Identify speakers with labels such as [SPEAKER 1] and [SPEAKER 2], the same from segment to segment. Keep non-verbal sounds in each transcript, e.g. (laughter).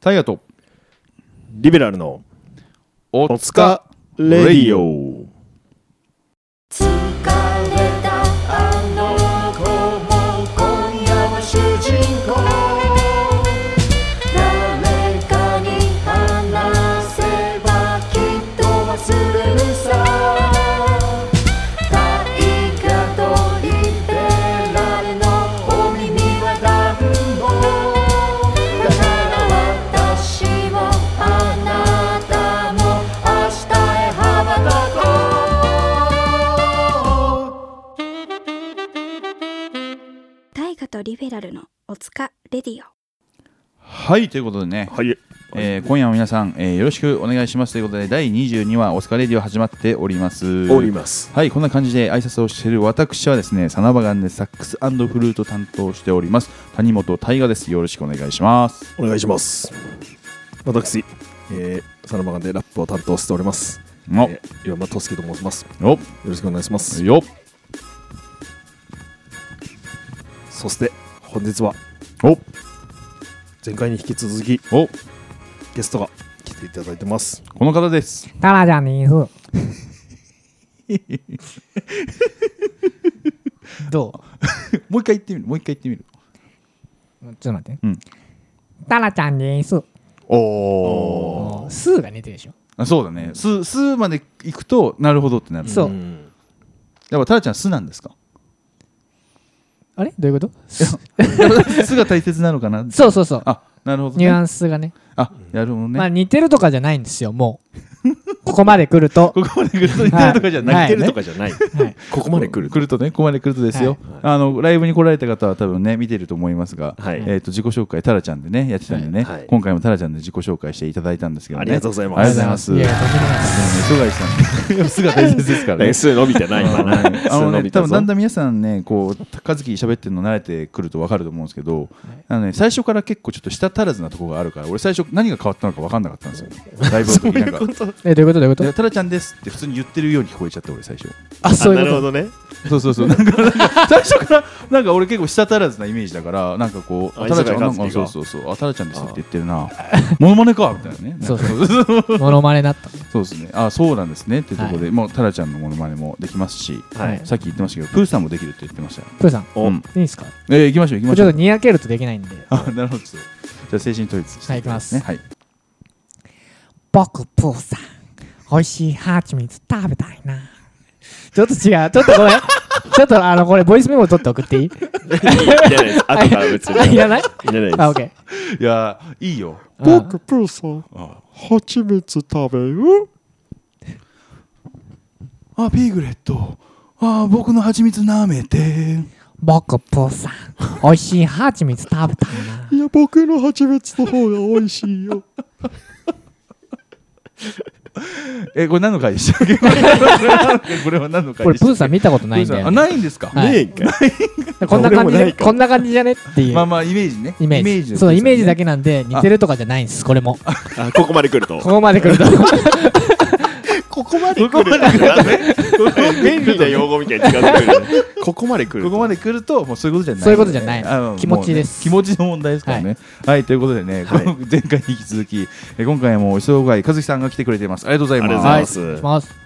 [SPEAKER 1] タイヤと
[SPEAKER 2] リベラルの
[SPEAKER 1] お
[SPEAKER 2] おつかレディオ
[SPEAKER 3] 疲れたあの子も今夜は主人公誰かに話せばきっと忘れるさ大河とリベラルのお耳は暖房だから私もあなたも明日へ羽ばたこう
[SPEAKER 4] 大河とリベラルのおつかレディオ
[SPEAKER 1] はいということでね、
[SPEAKER 2] はい
[SPEAKER 1] えー今夜も皆さん、えーよろしくお願いしますということで第22話「オスカーレディオ」始まっております
[SPEAKER 2] おります
[SPEAKER 1] はいこんな感じで挨拶をしている私はですねサナバガンでサックスフルート担当しております谷本大我ですよろしくお願いします
[SPEAKER 2] お願いします私、えー、サラマガンでラップを担当しております、
[SPEAKER 1] お
[SPEAKER 2] えー、岩間俊樹と申しますよ
[SPEAKER 1] よ
[SPEAKER 2] ろしくお願いします
[SPEAKER 1] よ
[SPEAKER 2] そして本日は
[SPEAKER 1] お
[SPEAKER 2] 前回に引き続き
[SPEAKER 1] お
[SPEAKER 2] ゲストが来ていただいてます
[SPEAKER 1] この方です
[SPEAKER 5] タラちゃんです。ど
[SPEAKER 1] もう一回言ってみるもう一回言ってみる
[SPEAKER 5] うちょっと待って。
[SPEAKER 1] うん
[SPEAKER 5] タラちゃんです。
[SPEAKER 1] お
[SPEAKER 2] お
[SPEAKER 1] お
[SPEAKER 5] スーが寝てるでしょ。
[SPEAKER 1] あそうだねすすまで行くとなるほどってなる
[SPEAKER 5] そう
[SPEAKER 2] うん
[SPEAKER 1] やっぱタラちゃんすなんです (laughs) か
[SPEAKER 5] あれどういうこと
[SPEAKER 1] すが大切なのかな
[SPEAKER 5] そうそうそう。
[SPEAKER 1] あなるほど、
[SPEAKER 5] ニュア
[SPEAKER 1] ね、
[SPEAKER 5] ンスがね。
[SPEAKER 1] あなるほどね、
[SPEAKER 5] まあ似てるとかじゃないんですよ、もう。 (laughs) ここまで来ると。
[SPEAKER 1] ここまで来ると似てるとかじゃない、
[SPEAKER 5] は
[SPEAKER 2] 泣い
[SPEAKER 5] い
[SPEAKER 2] てるとかじゃない、
[SPEAKER 5] はい
[SPEAKER 2] ここまで来る
[SPEAKER 1] 来るとねここまで来るとですよ、
[SPEAKER 2] はい
[SPEAKER 1] あのライブに来られた方は多分ね見てると思いますが、
[SPEAKER 2] はい
[SPEAKER 1] えー、と自己紹介タラちゃんでねやってたんでね、
[SPEAKER 2] はいはい
[SPEAKER 1] 今回もタラちゃんで自己紹介していただいたんですけど、ね、
[SPEAKER 2] ありがとうございます
[SPEAKER 1] ありがとうございます
[SPEAKER 5] いや、とんでもないです。
[SPEAKER 1] でもね磯貝さん
[SPEAKER 2] (laughs)
[SPEAKER 1] いや素が大切ですからね
[SPEAKER 2] ね数伸びてない今な
[SPEAKER 1] あの
[SPEAKER 2] 数伸
[SPEAKER 1] ね、
[SPEAKER 2] び
[SPEAKER 1] 多
[SPEAKER 2] たぞ
[SPEAKER 1] 分だんだん皆さんね、こう高月喋ってるの慣れてくると分かると思うんですけど、あのね、最初から結構ちょっと舌足らずなところがあるから、俺、最初、何が変わったのか分かんなかったんですよ、ライブの時
[SPEAKER 2] (laughs)
[SPEAKER 1] なんか、
[SPEAKER 5] え、どういうことどういうこ
[SPEAKER 1] いや
[SPEAKER 5] と
[SPEAKER 1] タラちゃんですって普通に言ってるように聞こえちゃって、俺、最初、
[SPEAKER 5] あ、そう
[SPEAKER 2] あ
[SPEAKER 5] い
[SPEAKER 2] な
[SPEAKER 5] う
[SPEAKER 2] る
[SPEAKER 5] こ
[SPEAKER 2] ほど
[SPEAKER 5] と。
[SPEAKER 2] ね
[SPEAKER 1] そうそうそう、なんか、なんか最初から、なんか俺、結構舌足らずなイメージだから、なんかこう、
[SPEAKER 2] あ
[SPEAKER 1] あタラちゃん、なん
[SPEAKER 2] 磯
[SPEAKER 1] か、
[SPEAKER 2] 貝
[SPEAKER 1] そ
[SPEAKER 2] 克
[SPEAKER 1] う
[SPEAKER 2] 樹
[SPEAKER 1] そうそう、あタラちゃんですって言ってるな、ものまねかみた
[SPEAKER 5] (laughs)
[SPEAKER 1] いなね、
[SPEAKER 5] そうそ
[SPEAKER 1] なんか (laughs)
[SPEAKER 5] モノマネだった。
[SPEAKER 1] そうですね、あそうなんですねっていうところで、
[SPEAKER 5] は
[SPEAKER 1] もうタラちゃんのものまねもできますし、
[SPEAKER 2] は
[SPEAKER 5] はいい
[SPEAKER 1] さっき言ってましたけど、プーさんもできるって言ってましたよ。
[SPEAKER 5] プーさん、い
[SPEAKER 2] お、
[SPEAKER 1] うん
[SPEAKER 5] いですか
[SPEAKER 1] えー、行きましょう行き
[SPEAKER 5] ちょ
[SPEAKER 1] まし
[SPEAKER 5] っ
[SPEAKER 1] ょ
[SPEAKER 5] と
[SPEAKER 1] う。
[SPEAKER 5] にやけるとできないんで。
[SPEAKER 1] あ、なるほど。じゃあ精神統一してだねはい。
[SPEAKER 5] 僕、プーさん、美味しいハチミツ食べたいな。ちょっと違う。ちょっとこれ、ちょっとあの、これ、ボイスメモ取って送っていい
[SPEAKER 2] い
[SPEAKER 5] (laughs)
[SPEAKER 2] らないです後から別に
[SPEAKER 5] いらない
[SPEAKER 2] いらないです
[SPEAKER 5] あ、オッケー。
[SPEAKER 1] いやーいいよ。
[SPEAKER 5] 僕、
[SPEAKER 6] プーさん、
[SPEAKER 1] あ
[SPEAKER 6] 蜂蜜食べよ。
[SPEAKER 1] あピーグレット。あ僕の蜂蜜舐めて。
[SPEAKER 5] 僕、プーさん、美味しいハチミツ食べたいな。
[SPEAKER 6] いや、僕の蜂蜜の方が美味しいよ。
[SPEAKER 1] えこれ何の回でしたっ
[SPEAKER 5] (laughs)
[SPEAKER 1] け？これこれは何の回
[SPEAKER 5] これ、
[SPEAKER 1] でし
[SPEAKER 5] プ
[SPEAKER 1] た
[SPEAKER 5] ーさん見たことないんだ
[SPEAKER 1] プーさんあ
[SPEAKER 5] よ、
[SPEAKER 1] な
[SPEAKER 5] ね。
[SPEAKER 1] いんですか？
[SPEAKER 5] はい
[SPEAKER 2] ねえんかい
[SPEAKER 5] こんな感じ
[SPEAKER 2] 俺もな
[SPEAKER 5] で、
[SPEAKER 2] いか
[SPEAKER 5] こんな感じじゃねっていう。
[SPEAKER 1] まあまあイメージね。
[SPEAKER 5] イメージ
[SPEAKER 1] の
[SPEAKER 5] そうイメージだ
[SPEAKER 1] け。
[SPEAKER 5] けなんで似てるとかじゃないんですこれもこ
[SPEAKER 2] あここまで来ると
[SPEAKER 5] こまで来ると
[SPEAKER 2] ここまで来る便利な用語みたいに違ってくるね。ここまで来る。
[SPEAKER 1] ここまで来るともうそういうことじゃない。
[SPEAKER 5] そういうことじゃない
[SPEAKER 1] あの
[SPEAKER 5] 気持ちです
[SPEAKER 1] もうね気持ちの問題ですからね。はいということでね
[SPEAKER 2] はい
[SPEAKER 1] 前回に引き続きえ今回も磯貝和樹さんが来てくれています。ありがとうござい
[SPEAKER 2] ありがとう
[SPEAKER 1] ま
[SPEAKER 2] ご
[SPEAKER 1] す
[SPEAKER 2] ざ。います。
[SPEAKER 5] ます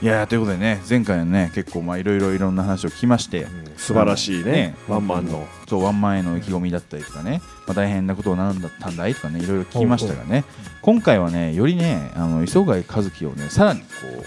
[SPEAKER 1] いやーということでね前回はね結構まあいろいろいろんな話を聞きまして、
[SPEAKER 2] 素晴らしいね
[SPEAKER 1] ね。
[SPEAKER 2] ワンマンの。
[SPEAKER 1] そうワンマンへの意気込みだったりとかね、まあ、大変なことを何だったんだいとかねいろいろ聞きましたがね今回はねよりねあの磯貝和樹をねさらにこう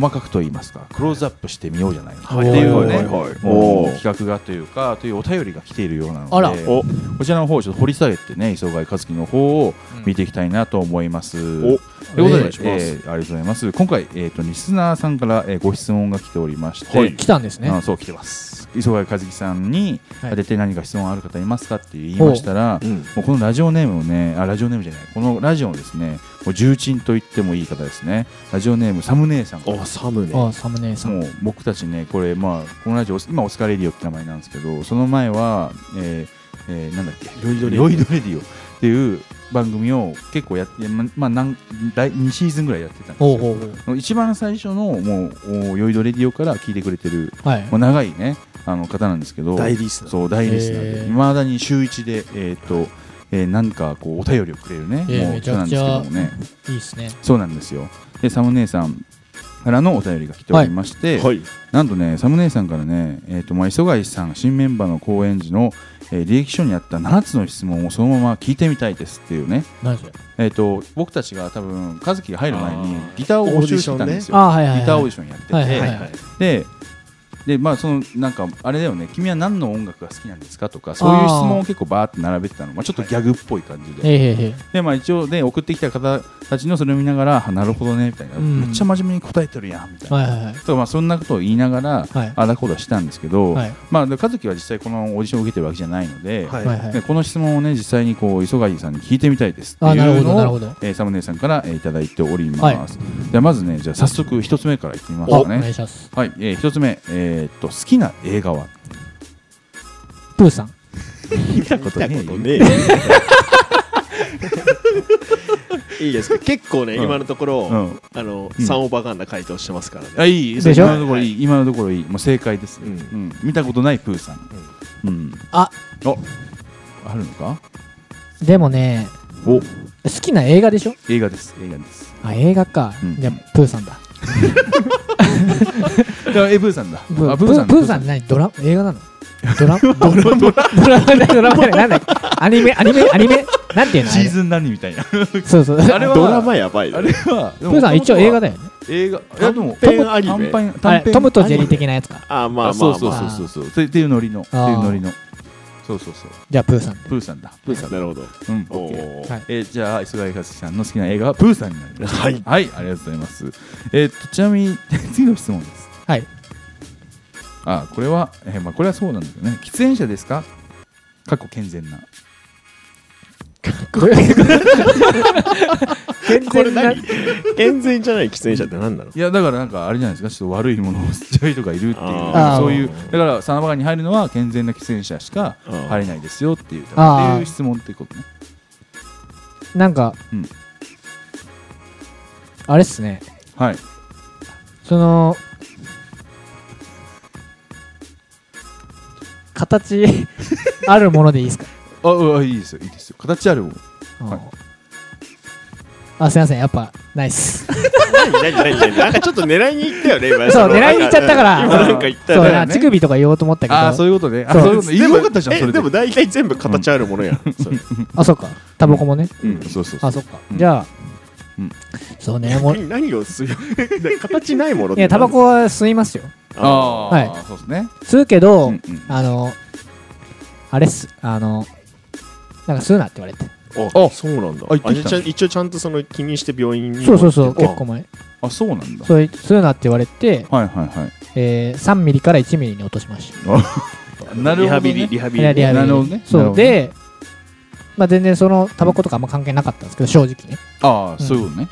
[SPEAKER 1] 細かくと言いますかクローズアップしてみようじゃないかっていうね
[SPEAKER 2] はいはいはい
[SPEAKER 1] も
[SPEAKER 2] お
[SPEAKER 1] う
[SPEAKER 2] ー
[SPEAKER 1] 企画がというかというお便りが来ているようなので
[SPEAKER 5] あら
[SPEAKER 2] お
[SPEAKER 1] こちらの方をちょっと掘り下げてね磯貝和樹の方を見ていきたいなと思います。
[SPEAKER 2] お
[SPEAKER 1] ということ
[SPEAKER 2] お
[SPEAKER 1] で、
[SPEAKER 2] 願いします
[SPEAKER 1] えーありがとうございます。今回、えー、とリスナーさんから、えーご質問が来ておりまして、
[SPEAKER 2] はい
[SPEAKER 5] 来たんですね
[SPEAKER 1] あそう来てます。磯貝和樹さんに、
[SPEAKER 5] はい
[SPEAKER 1] 当てて何か質問ある方いますかって言いましたら、
[SPEAKER 2] うん
[SPEAKER 1] もうこのラジオネームをね、あラジオネームじゃない、このラジオをですね、もう重鎮と言ってもいい方ですね。ラジオネームサムネイさんから。
[SPEAKER 2] おサムネ。
[SPEAKER 5] あサムネイさん
[SPEAKER 1] もう僕たちね、これまあこのラジオ今オスカーレディオって名前なんですけど、その前は、えーえーなんだっけ、
[SPEAKER 2] ロイドレディオ
[SPEAKER 1] ロイドレディオっていう番組を結構やって、ままあなん来2シーズンぐらいやってたんです
[SPEAKER 5] ほう
[SPEAKER 1] よ。
[SPEAKER 5] ほうほう
[SPEAKER 1] 一番最初のもうおロイドレディオから聞いてくれてる
[SPEAKER 5] はい
[SPEAKER 1] もう長いねあの方なんですけど
[SPEAKER 2] 大リスナー
[SPEAKER 1] そう大リスナー
[SPEAKER 5] へ
[SPEAKER 1] で
[SPEAKER 5] ー
[SPEAKER 1] いまだに週一でえっ、とえーなんかこうお便りをくれるね、
[SPEAKER 7] えー
[SPEAKER 1] もう
[SPEAKER 7] めち
[SPEAKER 1] 人
[SPEAKER 7] ゃ
[SPEAKER 1] なん
[SPEAKER 7] く
[SPEAKER 1] で
[SPEAKER 7] ち
[SPEAKER 1] す
[SPEAKER 7] ゃ
[SPEAKER 1] けどもね
[SPEAKER 7] いいですね。
[SPEAKER 1] そうなんですよでサム姉さんからのお便りが来ておりまして、
[SPEAKER 2] はい。
[SPEAKER 1] なんとねサム姉さんからね、えーとまあ、磯貝さん新メンバーの公演時の、えー履歴書にあった7つの質問をそのまま聞いてみたいですっていうね
[SPEAKER 7] 何それ。
[SPEAKER 1] えー、と僕たちが多分和樹が入る前にギターを募集してたんですよ、
[SPEAKER 7] あはいはいはい
[SPEAKER 1] ギターオーディションやってて、
[SPEAKER 7] はいはい
[SPEAKER 2] は
[SPEAKER 7] はいい
[SPEAKER 2] は
[SPEAKER 7] はいい。
[SPEAKER 1] ででまあそのなんかあれだよね君は何の音楽が好きなんですかとかそういう質問を結構バーって並べてたのまあ、ちょっとギャグっぽい感じで、
[SPEAKER 7] ええええ
[SPEAKER 1] でまあ一応で送ってきた方たちのそれを見ながらあなるほどねみたいな、
[SPEAKER 7] うん
[SPEAKER 1] めっちゃ真面目に答えてるやんみたいな、
[SPEAKER 7] はいはいはい。
[SPEAKER 1] とまあそんなことを言いながら、
[SPEAKER 7] はい
[SPEAKER 1] あだこうだしたんですけど、
[SPEAKER 7] はい
[SPEAKER 1] まあで和樹は実際このオーディションを受けてるわけじゃないので、
[SPEAKER 7] はいは
[SPEAKER 1] で
[SPEAKER 7] い。
[SPEAKER 1] この質問をね実際にこう磯貝さんに聞いてみたいですってい
[SPEAKER 7] あなる
[SPEAKER 1] う
[SPEAKER 7] ほどなる
[SPEAKER 1] のを
[SPEAKER 7] ほど。
[SPEAKER 1] えーサムネさんから、えーいただいております、
[SPEAKER 7] はい
[SPEAKER 1] じゃあまずねじゃあ早速一つ目からいってみます
[SPEAKER 7] おお
[SPEAKER 1] か
[SPEAKER 7] 願
[SPEAKER 1] ね
[SPEAKER 7] いします。
[SPEAKER 1] はい、えー、一つ目、えーっと好きな映画は
[SPEAKER 7] プーさん。
[SPEAKER 1] 見たこ
[SPEAKER 2] 見たことねえよいいですか結構ね、
[SPEAKER 1] うん
[SPEAKER 2] 今のところ、
[SPEAKER 1] うん
[SPEAKER 2] あの、
[SPEAKER 1] うん
[SPEAKER 2] サンオバカンな回答してますからね
[SPEAKER 1] あいい
[SPEAKER 5] でしょ
[SPEAKER 1] 今のところいい今のところいいもう正解です、
[SPEAKER 2] うん
[SPEAKER 1] うん見たことないプーさん、うん
[SPEAKER 7] あ
[SPEAKER 1] おあるのか
[SPEAKER 5] でもね
[SPEAKER 1] お
[SPEAKER 5] 好きな映画でしょ
[SPEAKER 1] 映画です映画です
[SPEAKER 5] あ映画か、
[SPEAKER 1] うん
[SPEAKER 5] じゃあプーさんだ
[SPEAKER 1] いやえプーさんだあ
[SPEAKER 5] プープーさんプーさんって何ドラ映画なのドラドラマドラマドラマじゃないなんだっけアニメアニメアニメなんていうのあ
[SPEAKER 1] シ
[SPEAKER 5] れ
[SPEAKER 1] ーズン何みたいな
[SPEAKER 5] そうそう
[SPEAKER 1] あれは
[SPEAKER 2] ドラマやばいよ
[SPEAKER 1] あれはプ
[SPEAKER 5] プーさん一応映画だよね
[SPEAKER 1] 映画いやでも
[SPEAKER 2] 短編アニメ
[SPEAKER 1] 短編
[SPEAKER 5] あ
[SPEAKER 1] 短
[SPEAKER 5] れ
[SPEAKER 1] 編
[SPEAKER 5] トムとジェリー的なやつか
[SPEAKER 2] あまあまあまあ
[SPEAKER 1] そうそうそうそうそうそうっていうノリのってい
[SPEAKER 5] あー
[SPEAKER 1] うノリのそうそうそう
[SPEAKER 5] じゃあプーさん
[SPEAKER 1] プーさんだプーさんだ
[SPEAKER 2] なるほど
[SPEAKER 1] うん
[SPEAKER 2] お
[SPEAKER 1] オッケー
[SPEAKER 2] ー
[SPEAKER 5] はい
[SPEAKER 1] えーじゃあ磯貝和樹さんの好きな映画はプーさんになります
[SPEAKER 2] はい
[SPEAKER 1] はいありがとうございますえーっとちなみに (laughs) 次の質問です
[SPEAKER 5] はい
[SPEAKER 1] あこれはえーまあこれはそうなんですよね喫煙者ですか過去健全な
[SPEAKER 5] 全
[SPEAKER 2] これ
[SPEAKER 5] 然な
[SPEAKER 2] 何健全じゃない喫煙者って何なの
[SPEAKER 1] いやだからなんかあれじゃないですかちょっと悪いもの (laughs) を吸っちゃう人がいるっていう
[SPEAKER 2] あ
[SPEAKER 5] ー
[SPEAKER 1] そういうだからサナバガに入るのは健全な喫煙者しか
[SPEAKER 2] うん
[SPEAKER 1] 入れないですよっていうって
[SPEAKER 5] あー
[SPEAKER 1] いう質問ってことね
[SPEAKER 5] なんか、
[SPEAKER 1] うん
[SPEAKER 5] あれっすね
[SPEAKER 1] はい
[SPEAKER 5] その形あるものでいいですか、
[SPEAKER 1] あうんあいいですよいいですよ形あるもんはい
[SPEAKER 5] あすいませんやっぱないっ
[SPEAKER 1] (laughs)
[SPEAKER 5] す
[SPEAKER 2] 何何何何なんかちょっと狙いに行ったよね今
[SPEAKER 5] そう
[SPEAKER 2] の
[SPEAKER 5] 狙いに行っちゃったから
[SPEAKER 2] 今なんか言った
[SPEAKER 5] そ
[SPEAKER 1] だ
[SPEAKER 5] う
[SPEAKER 2] ね
[SPEAKER 1] よね
[SPEAKER 5] な乳首とか言おうと思ったけど
[SPEAKER 1] ああそういうことねあ
[SPEAKER 5] そう
[SPEAKER 1] そういうこと言いよかったじゃん
[SPEAKER 2] え
[SPEAKER 1] それ
[SPEAKER 2] で
[SPEAKER 1] で
[SPEAKER 2] も大体全部形あるものやんそれ
[SPEAKER 5] あそうかタバコもね、
[SPEAKER 1] うんそうそうそう
[SPEAKER 5] あそっか、
[SPEAKER 1] うん
[SPEAKER 5] じゃあ、
[SPEAKER 1] うん
[SPEAKER 5] そうねもうい
[SPEAKER 2] 何何を吸う形ないものって
[SPEAKER 5] やタバコは吸いますよ
[SPEAKER 1] ああー、
[SPEAKER 5] は
[SPEAKER 1] そうですね
[SPEAKER 5] 吸うけど、
[SPEAKER 1] うんうん
[SPEAKER 5] あのあれっすあのなんか吸うなって言われて
[SPEAKER 2] あそうなんだ
[SPEAKER 1] あ言ってきた
[SPEAKER 2] あじゃあ一応ちゃんとその気にして病院に
[SPEAKER 5] そうそうそう
[SPEAKER 2] あ
[SPEAKER 5] 結構前
[SPEAKER 1] あそうなんだ
[SPEAKER 5] それ吸うなって言われて、
[SPEAKER 1] はいはいはい
[SPEAKER 5] えー、3ミリから1ミリに落としました
[SPEAKER 1] なるほど、ね、
[SPEAKER 2] リハビリリハビ
[SPEAKER 5] いやリ
[SPEAKER 2] リ
[SPEAKER 5] ハビリ
[SPEAKER 1] なるほどねなる
[SPEAKER 5] そ
[SPEAKER 1] ほどね
[SPEAKER 5] うで、まあ、全然そのタバコとかあんま関係なかったんですけど正直ね
[SPEAKER 1] ああそういうことね、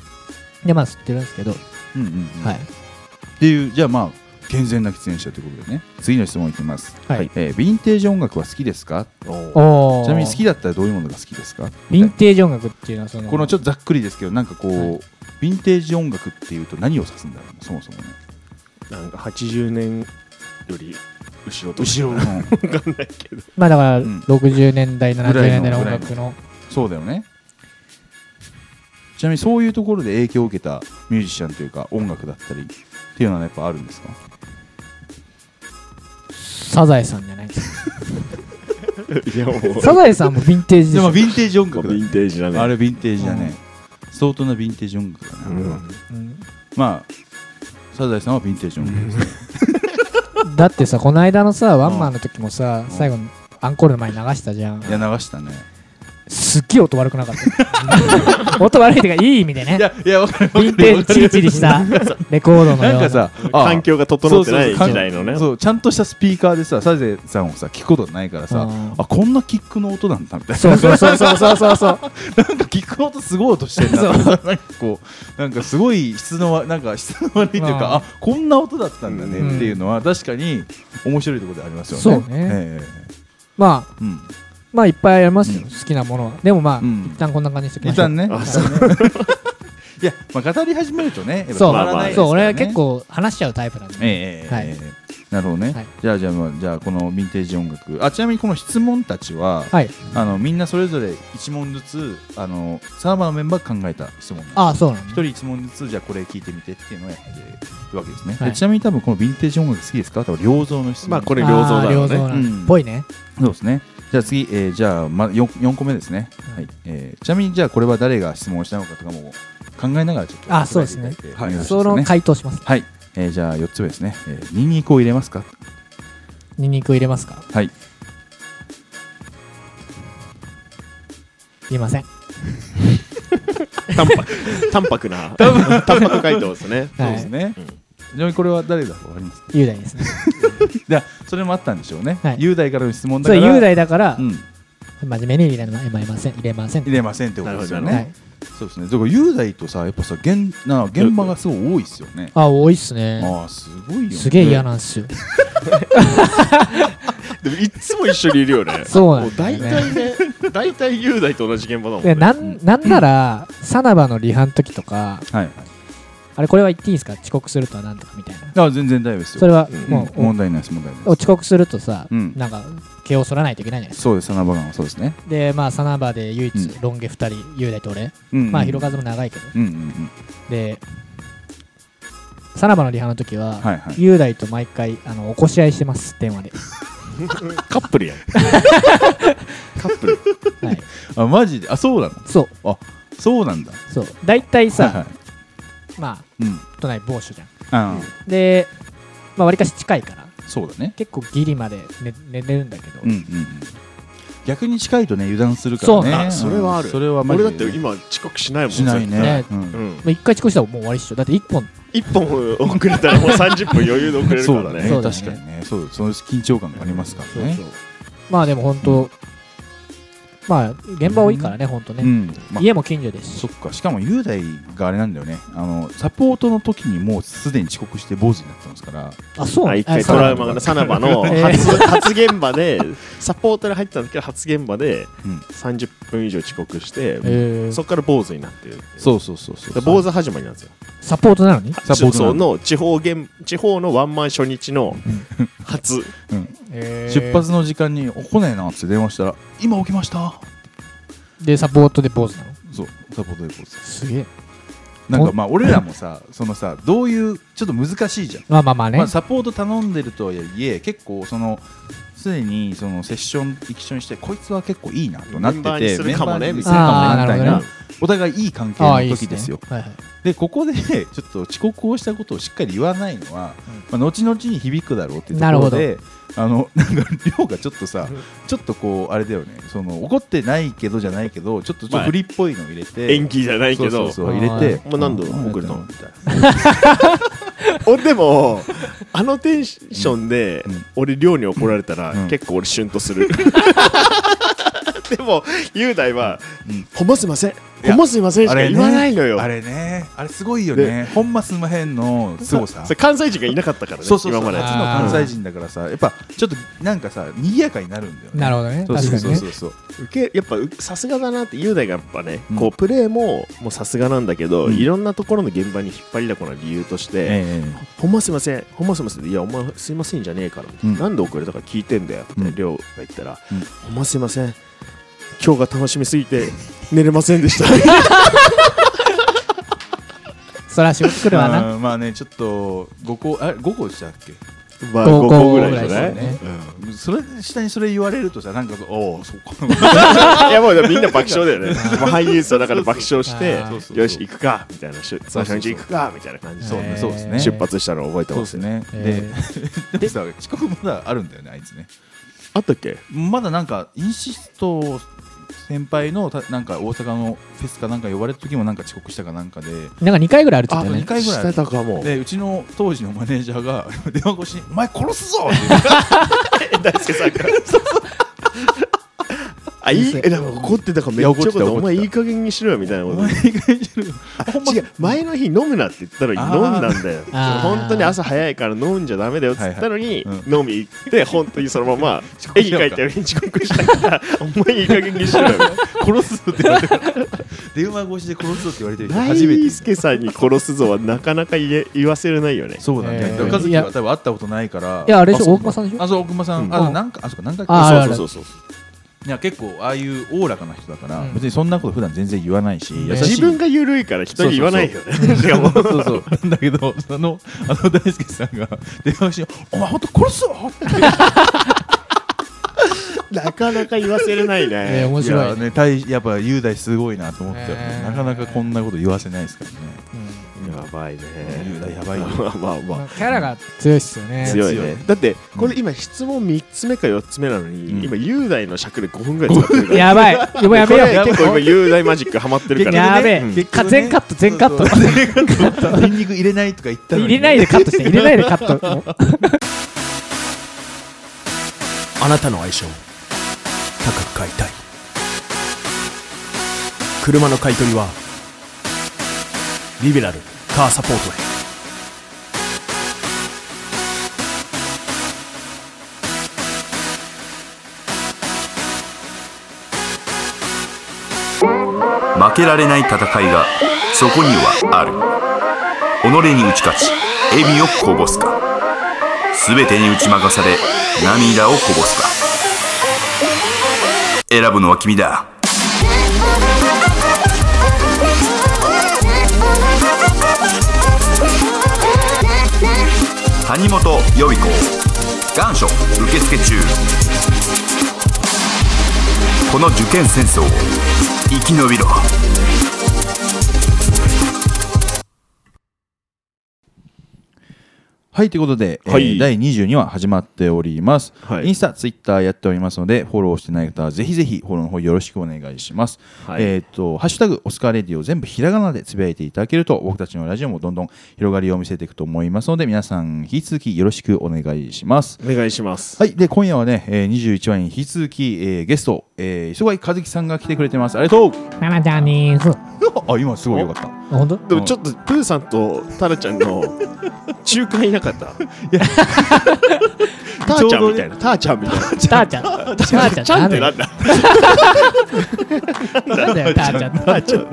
[SPEAKER 5] でまあ吸ってるんですけど、
[SPEAKER 1] うんうんうん
[SPEAKER 5] はい
[SPEAKER 1] っていうじゃあまあ健全な喫煙者ということでね次の質問いきます、
[SPEAKER 5] はい
[SPEAKER 1] えーヴィンテージ音楽は好きですか
[SPEAKER 2] お
[SPEAKER 5] お
[SPEAKER 1] ちなみに好き
[SPEAKER 5] だ
[SPEAKER 1] だったらどういうものが好きですか
[SPEAKER 5] ヴィンテージ音楽っていうのはその
[SPEAKER 1] このちょっとざっくりですけどなんかこう、
[SPEAKER 5] は
[SPEAKER 1] ヴィンテージ音楽っていうと何を指すんだろうねそもそもね
[SPEAKER 2] なんか80年より後ろとか
[SPEAKER 1] 後ろの
[SPEAKER 2] わかんないけど
[SPEAKER 5] まあだから
[SPEAKER 1] ん
[SPEAKER 5] 60年代70
[SPEAKER 1] ぐらい
[SPEAKER 5] 年
[SPEAKER 1] の
[SPEAKER 5] 代の音楽の
[SPEAKER 1] そうだよねちなみにそういうところで影響を受けたミュージシャンというか音楽だったりっていうのはやっぱあるんですか
[SPEAKER 5] サザエさんじゃないですか
[SPEAKER 2] いやもう
[SPEAKER 5] サザエさんもヴィンテージで
[SPEAKER 1] で
[SPEAKER 5] し
[SPEAKER 1] も
[SPEAKER 5] ょ
[SPEAKER 1] ヴィンテージ音
[SPEAKER 2] ヴ
[SPEAKER 1] 楽だ
[SPEAKER 2] ィンテージだね
[SPEAKER 1] あれヴィンテージだね、相当なヴィンテージ音楽だね、あれは
[SPEAKER 5] うん
[SPEAKER 1] まあサザエさんはヴィンテージ音楽ですね
[SPEAKER 5] だってさこの間のさワンマンの時もさ最後のアンコールの前に流したじゃん
[SPEAKER 1] いや流したね
[SPEAKER 5] すっげえ音悪くなかっ
[SPEAKER 1] (laughs)
[SPEAKER 5] た音悪いっていうかいい意味でね
[SPEAKER 1] いやいやわかるわかる
[SPEAKER 5] ヴィンテージチリチリしたレコードの
[SPEAKER 1] な
[SPEAKER 5] よ
[SPEAKER 1] ん
[SPEAKER 5] うな
[SPEAKER 1] かさあ
[SPEAKER 2] 環境が整ってない時代のね
[SPEAKER 1] そうちゃんとしたスピーカーでさサザエさんをさ聞くことないからさ
[SPEAKER 5] うん
[SPEAKER 1] あこんなキックの音なんだみたいな
[SPEAKER 5] そうそうそうそうそうそうそう
[SPEAKER 1] なんかキックの音すごい音してるななんかこうなんかすごい質のわなんか質の悪いという
[SPEAKER 5] ま
[SPEAKER 1] か
[SPEAKER 5] あ
[SPEAKER 1] あこんな音だったんだ
[SPEAKER 2] う
[SPEAKER 1] ね
[SPEAKER 5] ん
[SPEAKER 1] っていうのは確かに面白いところでありますよね
[SPEAKER 5] そうね
[SPEAKER 1] え
[SPEAKER 5] まあ
[SPEAKER 1] えうん
[SPEAKER 5] まあいっぱいありますよ、
[SPEAKER 1] うん
[SPEAKER 5] 好きなものはでもまあ、
[SPEAKER 1] うん
[SPEAKER 5] 一旦こんな感じにしておきま
[SPEAKER 1] 一
[SPEAKER 5] しょう
[SPEAKER 1] 旦ね
[SPEAKER 2] あそう
[SPEAKER 1] (laughs) いや、まあ、語り始めるとね、やっぱ止
[SPEAKER 5] そう、
[SPEAKER 1] まらないですか
[SPEAKER 5] そう、
[SPEAKER 1] らね
[SPEAKER 5] 俺は結構話しちゃうタイプなんで。
[SPEAKER 1] ええええ
[SPEAKER 5] はい
[SPEAKER 1] ええなるほどね、
[SPEAKER 5] はい
[SPEAKER 1] じゃあじゃあまあじゃあこのヴィンテージ音楽あちなみにこの質問たちは、
[SPEAKER 5] はい。
[SPEAKER 1] あのみんなそれぞれ1問ずつあのサーバーのメンバーが考えた質問
[SPEAKER 5] ああ、そうなん
[SPEAKER 1] 一
[SPEAKER 5] だ、
[SPEAKER 1] 人1問ずつじゃあこれ聞いてみてっていうのをやってるわけですね、
[SPEAKER 5] はい
[SPEAKER 1] でちなみに多分このヴィンテージ音楽好きですか多分良造の質問
[SPEAKER 2] まあこれ
[SPEAKER 5] あ
[SPEAKER 2] 良
[SPEAKER 5] ー
[SPEAKER 2] 造だろう
[SPEAKER 5] 良造
[SPEAKER 2] ね
[SPEAKER 5] なんだ
[SPEAKER 1] うん
[SPEAKER 5] ぽいね。
[SPEAKER 1] そうですねじゃあ次、えーじゃあ、ま、4, 四個目ですね、はいえーちなみにじゃあこれは誰が質問したのかとかも考えながらちょっと
[SPEAKER 5] あそうです
[SPEAKER 1] 答
[SPEAKER 5] ね
[SPEAKER 1] えていただいてお願いします
[SPEAKER 5] その
[SPEAKER 1] ね
[SPEAKER 5] 回答します。
[SPEAKER 1] はい、えーじゃあ4つ目ですね、えー、ニンニクを入れますか
[SPEAKER 5] ニンニク入れますか
[SPEAKER 1] はい
[SPEAKER 5] 言いません。
[SPEAKER 2] 淡白淡白な淡白回答ですね
[SPEAKER 1] そう
[SPEAKER 5] は
[SPEAKER 1] です
[SPEAKER 5] い。
[SPEAKER 1] ね。
[SPEAKER 2] うん
[SPEAKER 1] ちなみにこれは誰だかわかりますか。
[SPEAKER 5] 雄大ですね。
[SPEAKER 1] じゃあそれもあったんでしょうね
[SPEAKER 5] はい。
[SPEAKER 1] 雄大からの質問だ
[SPEAKER 5] そ
[SPEAKER 1] か
[SPEAKER 5] う、
[SPEAKER 1] ら。
[SPEAKER 5] 雄大だから
[SPEAKER 1] う、ん。
[SPEAKER 5] 真面目に入れま入れません。入れません。
[SPEAKER 1] 入れませんってことですよ
[SPEAKER 2] な
[SPEAKER 5] は
[SPEAKER 1] ね。
[SPEAKER 5] い。
[SPEAKER 1] そうですね。だから雄大とさやっぱさ現な現場がすごい多いですよね。
[SPEAKER 7] あ、多いっすね。
[SPEAKER 1] ああすごいよね。
[SPEAKER 7] すげえ嫌なんですよ。
[SPEAKER 2] でもいっつも一緒にいるよね
[SPEAKER 7] そうな
[SPEAKER 2] も
[SPEAKER 7] ん
[SPEAKER 2] う
[SPEAKER 7] だ
[SPEAKER 2] 大
[SPEAKER 7] よね。
[SPEAKER 2] 体ね大体雄大と同じ現場だもん
[SPEAKER 5] で
[SPEAKER 2] ね
[SPEAKER 5] なんなんなら、サナバのリハの時とか、
[SPEAKER 1] はいはい。
[SPEAKER 5] あれ、これは言っていいですか遅刻するとはなんとかみたいな。
[SPEAKER 1] だから全然大丈夫です
[SPEAKER 5] そ
[SPEAKER 1] よ。
[SPEAKER 5] れは
[SPEAKER 2] うん
[SPEAKER 1] うん
[SPEAKER 5] もう、
[SPEAKER 1] 問題ないです問題ない
[SPEAKER 5] お
[SPEAKER 1] です。
[SPEAKER 5] 遅刻するとさ、
[SPEAKER 1] うん
[SPEAKER 5] なんか、毛を剃らないといけないじゃないですか。
[SPEAKER 1] そうです。サナバガンはそうですね。
[SPEAKER 5] で、まあ、サナバで唯
[SPEAKER 1] う
[SPEAKER 5] 一、ロン毛2人、雄大と俺、
[SPEAKER 1] うんうん
[SPEAKER 5] まあ、広和も長いけど、
[SPEAKER 1] うんうんうん。
[SPEAKER 5] で、さらばのリハの時は、
[SPEAKER 1] はいはい
[SPEAKER 5] 雄大と毎回あの起こし合いしてます、電
[SPEAKER 1] (laughs)
[SPEAKER 5] 話で。
[SPEAKER 2] カップルやんカップル
[SPEAKER 5] はい、
[SPEAKER 1] あマジであそうなの。
[SPEAKER 5] そう、
[SPEAKER 1] そうなんだ。
[SPEAKER 5] そう、大体さ、
[SPEAKER 1] はいはい。
[SPEAKER 5] ま
[SPEAKER 1] うん。
[SPEAKER 5] あ、都内某所じゃ
[SPEAKER 1] あ
[SPEAKER 5] ん。で、まあ、わりかし近いから、
[SPEAKER 1] あそうだね。
[SPEAKER 5] 結構ギリまで寝寝れるんだけど、
[SPEAKER 1] うんうんうん。逆に近いとね油断するか
[SPEAKER 5] そう
[SPEAKER 1] ら
[SPEAKER 5] な
[SPEAKER 1] ね。
[SPEAKER 2] あそれはある
[SPEAKER 1] うんそれはマジ
[SPEAKER 2] 俺
[SPEAKER 1] で
[SPEAKER 2] だって今遅刻しないもん
[SPEAKER 1] しない
[SPEAKER 2] 絶対
[SPEAKER 1] ね。うん
[SPEAKER 2] うん
[SPEAKER 5] まあ、一回遅刻したらもう終わりっしょ。だって一本、
[SPEAKER 2] 一本遅れたらもう30分余裕で遅れるからね
[SPEAKER 5] そうだね
[SPEAKER 1] 確かにねそうその緊張感がありますからね
[SPEAKER 2] そう
[SPEAKER 5] まあでも本当、まあ、現場多いからね、本当
[SPEAKER 1] う
[SPEAKER 5] ね。
[SPEAKER 1] んまあ
[SPEAKER 5] 家も近所ですし
[SPEAKER 1] そっかしかも雄大があれなんだよねあのサポートの時にもうすでに遅刻して坊主になってますから
[SPEAKER 5] あ、そう
[SPEAKER 2] あ
[SPEAKER 5] な
[SPEAKER 2] 一回ト
[SPEAKER 5] そう
[SPEAKER 2] ラウ
[SPEAKER 5] なんだ
[SPEAKER 2] マがねサナバの
[SPEAKER 5] えー
[SPEAKER 2] 初初現場でサポートに入ってたんだけど初現場で
[SPEAKER 1] うん
[SPEAKER 2] 30分以上遅刻して
[SPEAKER 5] えー
[SPEAKER 2] そこから坊主になってる
[SPEAKER 1] そうそうそうそ
[SPEAKER 2] で坊主始まりなんですよ
[SPEAKER 5] サポートなのに、
[SPEAKER 1] サポートな
[SPEAKER 2] そ
[SPEAKER 1] んだ
[SPEAKER 2] の地方現地方のワンマン初日の初
[SPEAKER 1] 出発の時間にお「来ねえな」って電話したら「今起きました
[SPEAKER 5] で、サポートで坊主なの」
[SPEAKER 1] そうサポートで坊主
[SPEAKER 5] すげえ。
[SPEAKER 1] なんかまあ俺らもさそのさどういうちょっと難しいじゃん
[SPEAKER 5] まあまあまあね。
[SPEAKER 1] まあ、サポート頼んでるとはいえ結構そのすでにそのセッション一緒にしてこいつは結構いいなとなって
[SPEAKER 2] メ
[SPEAKER 1] て
[SPEAKER 2] ンバーにするかもね
[SPEAKER 1] メンバーに
[SPEAKER 2] み
[SPEAKER 1] す
[SPEAKER 2] た
[SPEAKER 1] る
[SPEAKER 2] い
[SPEAKER 1] かもね
[SPEAKER 5] あー
[SPEAKER 1] みたい
[SPEAKER 5] なるほど
[SPEAKER 1] な
[SPEAKER 5] ね
[SPEAKER 1] お互いいい関係
[SPEAKER 5] ああい
[SPEAKER 1] の
[SPEAKER 5] いっ
[SPEAKER 1] 時ですよ
[SPEAKER 5] ねはいはい
[SPEAKER 1] でここで (laughs) ちょっと遅刻をしたことをしっかり言わないのは、まあ、後々に響くだろうっていうところであのなんか亮がちょっとさちょっとこうあれだよねその怒ってないけどじゃないけどちょっとちょっと振りっぽいの入れて
[SPEAKER 2] 演技じゃないけ
[SPEAKER 1] そ
[SPEAKER 2] ど
[SPEAKER 1] うそうそう入れて
[SPEAKER 2] もう何度
[SPEAKER 1] あ
[SPEAKER 2] 遅れたの
[SPEAKER 1] みたいな
[SPEAKER 2] 俺でもあのテンションで
[SPEAKER 1] うん
[SPEAKER 2] 俺寮に怒られたら
[SPEAKER 1] うん
[SPEAKER 2] 結構俺シュンとするでも雄大は
[SPEAKER 1] うん
[SPEAKER 2] 「ほんますいません
[SPEAKER 1] いや
[SPEAKER 2] ほんますいません」し
[SPEAKER 1] あ
[SPEAKER 2] か
[SPEAKER 1] れね
[SPEAKER 2] 言わないのよ
[SPEAKER 1] あれねあれすごいよねほんますんまへんのすごさ
[SPEAKER 2] それ関西人がいなかったからね
[SPEAKER 1] そうそうそう
[SPEAKER 2] 今ま
[SPEAKER 1] 初
[SPEAKER 2] で
[SPEAKER 1] の関西人だからさやっぱちょっとなんかさ賑やかになるんだよね
[SPEAKER 5] なるほどね。
[SPEAKER 1] そう
[SPEAKER 5] 確
[SPEAKER 1] そ
[SPEAKER 5] か
[SPEAKER 1] う
[SPEAKER 5] に
[SPEAKER 1] そう
[SPEAKER 5] ね。
[SPEAKER 1] そうそう
[SPEAKER 2] 受けやっぱうさすがだなって雄大がやっぱね、
[SPEAKER 1] うん
[SPEAKER 2] こうプレーももうさすがなんだけど、
[SPEAKER 1] うん
[SPEAKER 2] いろんなところの現場に引っ張りだこな理由として、
[SPEAKER 1] え
[SPEAKER 2] ほんますいませんほんますいませんいやお前すいませんじゃねえからみたいな、
[SPEAKER 1] うん
[SPEAKER 2] なんで遅れたか聞いてんだよって、
[SPEAKER 1] うん
[SPEAKER 2] 亮が言ったら、
[SPEAKER 1] うん
[SPEAKER 2] ほんますいません今日が楽しみすぎて寝れませんでした
[SPEAKER 1] (laughs)
[SPEAKER 5] そりゃ仕事来
[SPEAKER 1] え
[SPEAKER 5] るわな。
[SPEAKER 1] うんまあねちょっと5個あれ5個したっけ
[SPEAKER 2] まあ5
[SPEAKER 5] 五個
[SPEAKER 2] 個ぐらいじゃ
[SPEAKER 5] ぐ
[SPEAKER 2] な
[SPEAKER 5] ら
[SPEAKER 2] い
[SPEAKER 5] いですよね
[SPEAKER 1] うんそれ下にそれ言われるとさなんかおおそう
[SPEAKER 2] (laughs)
[SPEAKER 1] か
[SPEAKER 2] いやもうみんな爆笑だよ
[SPEAKER 1] (laughs)
[SPEAKER 2] ねもう俳優さんだから爆笑して
[SPEAKER 5] あ
[SPEAKER 1] そ
[SPEAKER 5] ー
[SPEAKER 1] うそうそう
[SPEAKER 2] よし行くかみたいなしゅ最
[SPEAKER 1] そうそう
[SPEAKER 2] 初に行くかみたいな感じ
[SPEAKER 1] そう
[SPEAKER 2] で
[SPEAKER 1] ねそうですね
[SPEAKER 2] 出発したのを覚えて
[SPEAKER 1] そう
[SPEAKER 2] ま
[SPEAKER 1] ですす
[SPEAKER 2] よ
[SPEAKER 1] ねで
[SPEAKER 5] え
[SPEAKER 1] でさ遅刻まだあるんだよねあいつね
[SPEAKER 2] あったっけ
[SPEAKER 1] まだなんかインシスト先輩のたなんか大阪のフェスかなんか呼ばれた時もなんか遅刻したかなんかで
[SPEAKER 5] ーなんか2回ぐらいあるって言
[SPEAKER 1] あ
[SPEAKER 5] った
[SPEAKER 1] と2
[SPEAKER 5] よね。
[SPEAKER 1] 回ぐらいある
[SPEAKER 2] してたかも
[SPEAKER 1] でうちの当時のマネージャーが (laughs) 電話越しに「お前殺すぞ!」って言って
[SPEAKER 2] 大輔さんから (laughs) あいいえなんか怒ってたからめっちゃ怒ってた
[SPEAKER 1] いや怒っ
[SPEAKER 2] お
[SPEAKER 1] てた
[SPEAKER 2] 前いい加減にしろよみたいな
[SPEAKER 1] お
[SPEAKER 2] こと
[SPEAKER 1] 前意外にしてる
[SPEAKER 2] あ違う前の日飲むなって言ったのに飲
[SPEAKER 1] あ
[SPEAKER 2] ん
[SPEAKER 1] ー
[SPEAKER 2] だんだよ
[SPEAKER 7] あー
[SPEAKER 2] 本当に朝早いから飲んじゃダメだよって言ったのに、
[SPEAKER 1] はいはい
[SPEAKER 2] 飲み行って本当にそのまま
[SPEAKER 1] 刻
[SPEAKER 2] 絵に描いたように遅刻したからお前いい加減にしろよ
[SPEAKER 1] 殺すぞって
[SPEAKER 5] (laughs)
[SPEAKER 1] 言われてる電話越しで殺すぞって言われてる人
[SPEAKER 2] 大
[SPEAKER 1] (laughs) 初めて
[SPEAKER 2] 輔さんに殺すぞはなかなか言え言わせれないよね
[SPEAKER 1] そうだね
[SPEAKER 7] えー
[SPEAKER 1] 和樹
[SPEAKER 5] いや
[SPEAKER 1] は多分会ったことないから
[SPEAKER 5] いやあれでし
[SPEAKER 2] あ
[SPEAKER 5] ょ大熊さんでしょ
[SPEAKER 1] あそう奥間さ
[SPEAKER 2] うん
[SPEAKER 1] んあなんかあそうか何回
[SPEAKER 5] あ
[SPEAKER 1] か
[SPEAKER 5] あるあ
[SPEAKER 2] そ
[SPEAKER 5] る
[SPEAKER 2] うそうそうそう
[SPEAKER 1] いや結構ああいうおおらかな人だから
[SPEAKER 7] うん
[SPEAKER 1] 別にそんなこと普段全然言わないし優しい
[SPEAKER 2] 自分が緩いから人に言わないよねしかも
[SPEAKER 1] (laughs) そうそうそうなんだけどそのあの大輔さんが電話しに「お前本当殺すぞ!」
[SPEAKER 2] なかなか言わせれない
[SPEAKER 7] えー、
[SPEAKER 2] ね
[SPEAKER 7] 面
[SPEAKER 1] い
[SPEAKER 7] 白
[SPEAKER 1] や
[SPEAKER 7] いね。
[SPEAKER 1] ね大やっぱ雄大すごいなと思って、
[SPEAKER 7] えー
[SPEAKER 1] なかなかこんなこと言わせないですからね
[SPEAKER 2] やばいね
[SPEAKER 1] 雄大やばいよ
[SPEAKER 2] (laughs) まあまあまあ
[SPEAKER 7] うんキャラが強いっすよね。
[SPEAKER 2] 強い
[SPEAKER 1] 強い
[SPEAKER 2] ねだってこれ今質問3つ目か4つ目なのに、
[SPEAKER 1] うん
[SPEAKER 2] 今雄大の尺で5分ぐらい使ってるから
[SPEAKER 5] やばい。もうやめよう。
[SPEAKER 2] これ結構今雄大マジックハマってるから
[SPEAKER 5] やべえ
[SPEAKER 2] うん
[SPEAKER 5] か全カット全カット
[SPEAKER 1] そうそう全カッ (laughs) トニンニク入れないとか言ったの
[SPEAKER 5] 入
[SPEAKER 1] に
[SPEAKER 5] れないでカットして、入れないでカット。もう
[SPEAKER 8] (laughs) あなたの愛車を高く買いたい車の買い取りはリベラルカーサポートへ
[SPEAKER 9] 負けられない戦いがそこにはある己に打ち勝ち笑みをこぼすか全てに打ち負かされ涙をこぼすか選ぶのは君だ谷本予備校願書受付中この受験戦争を生き延びろ
[SPEAKER 1] はいということで、えー
[SPEAKER 2] はい
[SPEAKER 1] 第22話始まっております、
[SPEAKER 2] はい
[SPEAKER 1] インスタツイッターやっておりますのでフォローしてない方はぜひぜひフォローの方よろしくお願いします、
[SPEAKER 2] はい
[SPEAKER 1] えっ、とハッシュタグオスカーレディを全部ひらがなでつぶやいていただけると僕たちのラジオもどんどん広がりを見せていくと思いますので皆さん引き続きよろしくお願いします
[SPEAKER 2] お願いします
[SPEAKER 1] はい、で今夜はね、えー、21話に引き続き、えーゲスト、えー、磯貝和樹さんが来てくれてます。ありがとう。
[SPEAKER 5] ナナちゃんにーす。
[SPEAKER 1] あ、今すごい良かった。
[SPEAKER 5] ほんと
[SPEAKER 2] でもちょっとプーさんとタラちゃんの中間いなかった (laughs) ターちゃんみたいなターちゃんみたいな
[SPEAKER 5] ターちゃん。ターちゃん。
[SPEAKER 2] ちゃんってなんだ
[SPEAKER 5] なんだよ、ターちゃん。
[SPEAKER 2] ターちゃん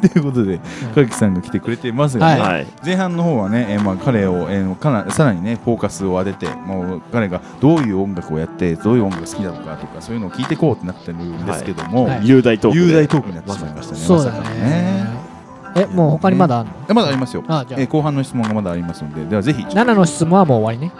[SPEAKER 1] ということで、和樹さんが来てくれてますがね、
[SPEAKER 2] はいはい
[SPEAKER 1] 前半の方はね、えーまあ、彼を、えーかなさらにね、フォーカスを当てて、もう彼がどういう音楽をやって、どういう音楽が好きなのかとか、そういうのを聞いていこうってなってるんですけども、
[SPEAKER 5] はい
[SPEAKER 2] 雄大トークで
[SPEAKER 1] 雄大トークになってしまいましたね。
[SPEAKER 5] そうだ
[SPEAKER 1] まさかの
[SPEAKER 5] ね。。え、もう他にまだあるの
[SPEAKER 1] えまだありますよ。
[SPEAKER 5] あじゃあ
[SPEAKER 1] えー後半の質問がまだありますので、ではぜひ、
[SPEAKER 5] ?7 の質問はもう終わりね。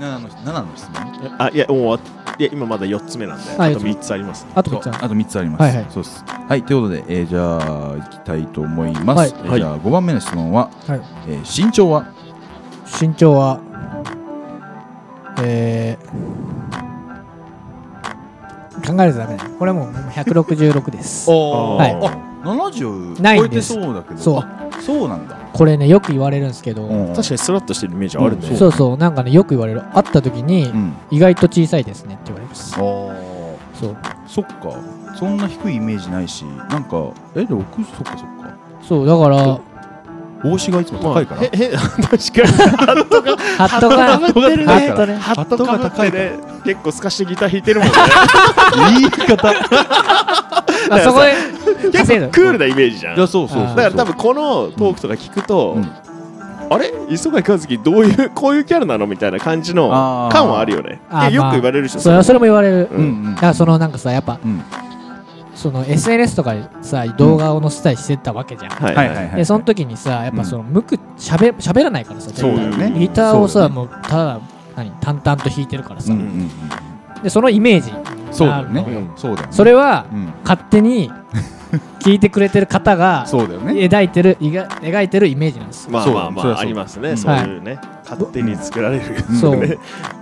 [SPEAKER 1] 7の7の質問。
[SPEAKER 2] あいやもう終わっいや今まだ4つ目なんで
[SPEAKER 5] あ
[SPEAKER 2] あと
[SPEAKER 5] 四つ目
[SPEAKER 2] 3つあります
[SPEAKER 5] あと
[SPEAKER 1] そ
[SPEAKER 5] こ
[SPEAKER 1] う
[SPEAKER 5] っちは。
[SPEAKER 1] あと3つあります。
[SPEAKER 5] はいはい
[SPEAKER 1] そうです。はい、ということで、えーじゃあ、いきたいと思います。
[SPEAKER 5] は
[SPEAKER 1] えーじゃあ、5番目の質問は、
[SPEAKER 5] はい
[SPEAKER 1] えー身長は
[SPEAKER 5] 身長は、えー、考えるとダメだね。これはもう166です。
[SPEAKER 1] お
[SPEAKER 5] はい
[SPEAKER 1] 70
[SPEAKER 5] ない
[SPEAKER 1] 超
[SPEAKER 5] ん
[SPEAKER 1] えて
[SPEAKER 5] です
[SPEAKER 1] そうだけど、
[SPEAKER 5] そう
[SPEAKER 1] あそうなんだ。
[SPEAKER 5] これね、よく言われるんですけど、
[SPEAKER 1] うん
[SPEAKER 2] 確かにスラッとしてるイメージあるね、
[SPEAKER 1] うん
[SPEAKER 5] そうそう、なんかね、よく言われる。会った時に、
[SPEAKER 1] うん。
[SPEAKER 5] 意外と小さいですねって言われます。
[SPEAKER 1] あ
[SPEAKER 5] そう。
[SPEAKER 1] あ、そっか。そんな低いイメージないし、なんか、え、6、そっかそっか。
[SPEAKER 5] そう、だから、
[SPEAKER 1] 帽子がいつも
[SPEAKER 2] まあ
[SPEAKER 1] 高いから。
[SPEAKER 2] へ (laughs) へ確かに
[SPEAKER 5] ハットが、
[SPEAKER 1] ハットが高いから
[SPEAKER 5] ハットね
[SPEAKER 2] ハットかぶってね結構透かしてギター弾いてるもんね
[SPEAKER 1] 言い方。い
[SPEAKER 5] あそこで、
[SPEAKER 2] 結
[SPEAKER 5] 稼い
[SPEAKER 2] (laughs)
[SPEAKER 5] だ
[SPEAKER 2] 構クールなイメージじゃん
[SPEAKER 1] や、そうそうそう
[SPEAKER 5] あ
[SPEAKER 1] そ
[SPEAKER 2] だ
[SPEAKER 1] う。
[SPEAKER 2] から多分このトークとか聞くと、
[SPEAKER 1] うん
[SPEAKER 2] あれ磯貝和樹どういうこういうキャラなのみたいな感じの
[SPEAKER 1] あー
[SPEAKER 2] 感はあるよね
[SPEAKER 5] あー
[SPEAKER 2] でよ
[SPEAKER 5] ま
[SPEAKER 2] く
[SPEAKER 5] あ
[SPEAKER 2] 言われるでしょ
[SPEAKER 5] それそれも言われる。
[SPEAKER 1] うんうん。
[SPEAKER 5] だからそのなんかさ、やっぱ、
[SPEAKER 1] うん
[SPEAKER 5] その SNS とかでさ、動画を載せたりしてたわけじゃん。
[SPEAKER 2] はい
[SPEAKER 1] はいはいはい。
[SPEAKER 5] でその時にさやっぱその無くしゃべしゃべらないからさ
[SPEAKER 1] そうだよね
[SPEAKER 5] ギターを
[SPEAKER 1] そうだよ
[SPEAKER 5] さ
[SPEAKER 1] ね
[SPEAKER 5] もうただ何淡々と弾いてるから
[SPEAKER 1] う
[SPEAKER 5] さ
[SPEAKER 1] んうんうん。
[SPEAKER 5] でそのイメージ
[SPEAKER 1] そうだよね
[SPEAKER 5] あ
[SPEAKER 2] の。
[SPEAKER 1] そうだよね。
[SPEAKER 5] それは
[SPEAKER 1] うん。
[SPEAKER 5] 勝手
[SPEAKER 1] (laughs)
[SPEAKER 5] に聞いてくれてる方が
[SPEAKER 1] そうだよね。
[SPEAKER 5] 描いてるいが描いてるイメージなんですよ
[SPEAKER 2] まあ
[SPEAKER 1] そう
[SPEAKER 2] まあま
[SPEAKER 1] そりゃそう
[SPEAKER 2] あありますね、
[SPEAKER 1] うん
[SPEAKER 2] そういうね勝手に作られる、
[SPEAKER 1] うん
[SPEAKER 5] そう
[SPEAKER 1] うんうん、そ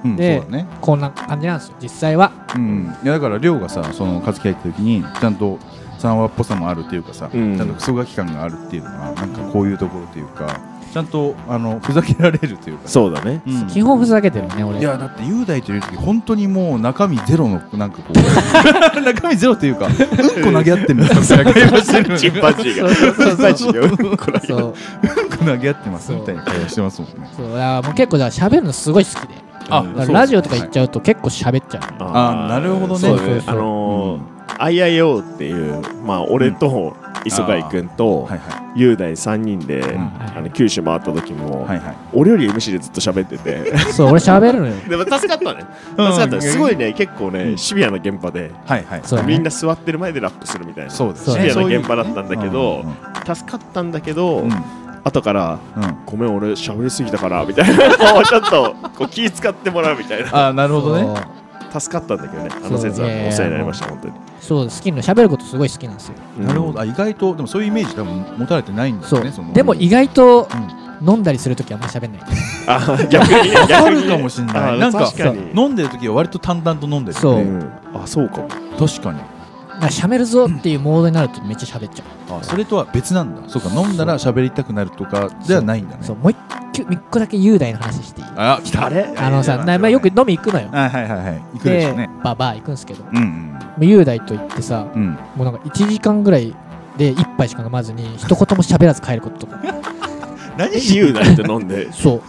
[SPEAKER 1] う
[SPEAKER 5] で
[SPEAKER 1] だね。
[SPEAKER 5] こんな感じなんですよ実際は
[SPEAKER 1] うん、いやだから亮がさその勝木入った時にちゃんと三話っぽさもあるっていうかさ、
[SPEAKER 2] うん
[SPEAKER 1] ちゃんとクソガキ感があるっていうのはなんかこういうところというかちゃんとあのふざけられるというか、
[SPEAKER 2] そうだ (laughs) ね。
[SPEAKER 1] うん
[SPEAKER 5] 基本ふざけてるね俺
[SPEAKER 1] いやだって雄大という時本当にもう中身ゼロのなんかこう (laughs) 中身ゼロというかうんこ投げ合ってますみたいな会話してる
[SPEAKER 2] チンパンジー
[SPEAKER 5] そ
[SPEAKER 2] がチ
[SPEAKER 5] う。そう
[SPEAKER 2] ンパンジ
[SPEAKER 5] そう
[SPEAKER 2] ーがうんこらげる
[SPEAKER 5] そう
[SPEAKER 1] うんこ投げ合ってますみたいな会話してますもんね
[SPEAKER 5] そうだからもう結構じゃ喋るのすごい好きで
[SPEAKER 1] あ
[SPEAKER 5] だからラジオとか行っちゃうと結構喋っちゃう、
[SPEAKER 1] あーなるほどね
[SPEAKER 2] そうだ
[SPEAKER 5] そうそう
[SPEAKER 2] ね。
[SPEAKER 5] そう
[SPEAKER 2] あのー、IIO っていう、まあ、俺と磯貝君と
[SPEAKER 1] はいは
[SPEAKER 2] 雄大3人で、
[SPEAKER 5] ん
[SPEAKER 2] あの九州回った時も
[SPEAKER 1] い、はいはい
[SPEAKER 2] 俺より MC でずっと喋って
[SPEAKER 1] (laughs)
[SPEAKER 2] て。
[SPEAKER 5] そう俺喋るのよ
[SPEAKER 2] でも助かったね。助
[SPEAKER 1] うん
[SPEAKER 2] かったね。すごいね、結構ね、シビアな現場で、
[SPEAKER 1] はいはい
[SPEAKER 5] そうだね
[SPEAKER 2] みんな座ってる前でラップするみたいな。
[SPEAKER 1] そうです
[SPEAKER 5] そう
[SPEAKER 1] ね
[SPEAKER 2] シビア
[SPEAKER 1] そうい
[SPEAKER 2] な
[SPEAKER 1] う
[SPEAKER 2] 現場だったんだけど、
[SPEAKER 1] うん
[SPEAKER 2] 助かったんだけど、
[SPEAKER 1] うんうん
[SPEAKER 2] 後から、
[SPEAKER 1] うん
[SPEAKER 2] ごめん、俺喋りすぎたから、みたいな。こうちょっとこう気使ってもらうみたいな。
[SPEAKER 1] あーなるほどね
[SPEAKER 5] そう
[SPEAKER 2] 助かったんだけどね、あの説
[SPEAKER 5] そう
[SPEAKER 2] はお
[SPEAKER 5] ね
[SPEAKER 2] 世話になりました、本当に。
[SPEAKER 5] そう好きなの喋ることすごい好きなんですよ
[SPEAKER 1] なるほどあ意外とでもそういうイメージ多分持たれてないんだ
[SPEAKER 5] そ
[SPEAKER 1] よ
[SPEAKER 5] う
[SPEAKER 1] ねその
[SPEAKER 5] でも意外と
[SPEAKER 1] うん
[SPEAKER 5] 飲んだりするときあんま喋んない
[SPEAKER 2] あ逆にね
[SPEAKER 1] あ
[SPEAKER 2] 逆に
[SPEAKER 1] る
[SPEAKER 2] ね
[SPEAKER 1] かもしれな
[SPEAKER 2] あ
[SPEAKER 1] いなんか
[SPEAKER 2] 確かに
[SPEAKER 1] 飲んでる時は割と淡々と飲んでる
[SPEAKER 5] そう
[SPEAKER 1] よね
[SPEAKER 2] うんあそうかも
[SPEAKER 1] 確かに
[SPEAKER 5] なんか喋るぞっていうモードになるとめっちゃ喋っちゃ
[SPEAKER 1] あそれとは別なんだそうか飲んだら喋りたくなるとかではないんだ
[SPEAKER 5] う
[SPEAKER 1] ね
[SPEAKER 5] そうもう一個一個だけ雄大の話していい
[SPEAKER 1] あ来た
[SPEAKER 2] あれ
[SPEAKER 5] あのさ
[SPEAKER 1] いやいや
[SPEAKER 5] なまあよく飲み行くのよ
[SPEAKER 1] はいはいはいはい行くでしょ
[SPEAKER 5] で
[SPEAKER 1] うね
[SPEAKER 5] バーバー行くんですけども
[SPEAKER 1] うん
[SPEAKER 5] う雄大と行ってさ
[SPEAKER 1] うんうん
[SPEAKER 5] もうなんか1時間ぐらいで1杯しか飲まずに一言も喋らず帰ることとか
[SPEAKER 1] 何
[SPEAKER 2] 自由だって飲んで (laughs)
[SPEAKER 1] (laughs)
[SPEAKER 5] そう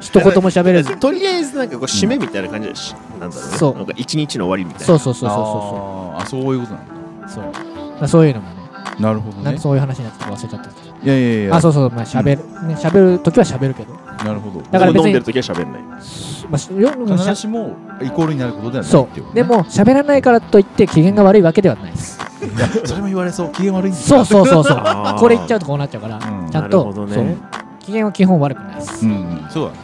[SPEAKER 5] 一言も喋れず
[SPEAKER 2] とりあえずなんかこう締めみたいな感じでしなんだろうね
[SPEAKER 5] そう
[SPEAKER 2] なんか一日の終わりみたい
[SPEAKER 5] そ
[SPEAKER 2] な
[SPEAKER 5] うそうそうそ
[SPEAKER 1] あーあそういうことなんだ
[SPEAKER 5] うそうそうまあそういうのもね
[SPEAKER 1] なるほど
[SPEAKER 5] なん
[SPEAKER 1] ね
[SPEAKER 5] かそういう話になってて忘れちゃったんですけど
[SPEAKER 1] いやいやいや
[SPEAKER 5] あそうそうまあ喋るね喋るときは喋るけど
[SPEAKER 1] なるほど
[SPEAKER 5] だから
[SPEAKER 2] 飲
[SPEAKER 5] 別
[SPEAKER 2] ん
[SPEAKER 5] に
[SPEAKER 2] でる時は喋んない
[SPEAKER 5] まあしよ
[SPEAKER 1] 必
[SPEAKER 5] しゃ
[SPEAKER 1] ずしもイコールになることではない
[SPEAKER 5] そ
[SPEAKER 1] っていう
[SPEAKER 5] う
[SPEAKER 1] こと
[SPEAKER 5] で
[SPEAKER 1] ね
[SPEAKER 5] も喋らないからといって機嫌が悪いわけではないです
[SPEAKER 1] いやそれも言われそう機嫌悪いんです
[SPEAKER 5] そうそうそうそう
[SPEAKER 2] あー
[SPEAKER 5] (laughs) これ言っちゃうとこうなっちゃうから、
[SPEAKER 1] うん
[SPEAKER 5] ちゃん
[SPEAKER 2] なるほ
[SPEAKER 5] と
[SPEAKER 2] どね
[SPEAKER 5] そう機嫌は基本悪くないです、
[SPEAKER 1] うんうんそうだね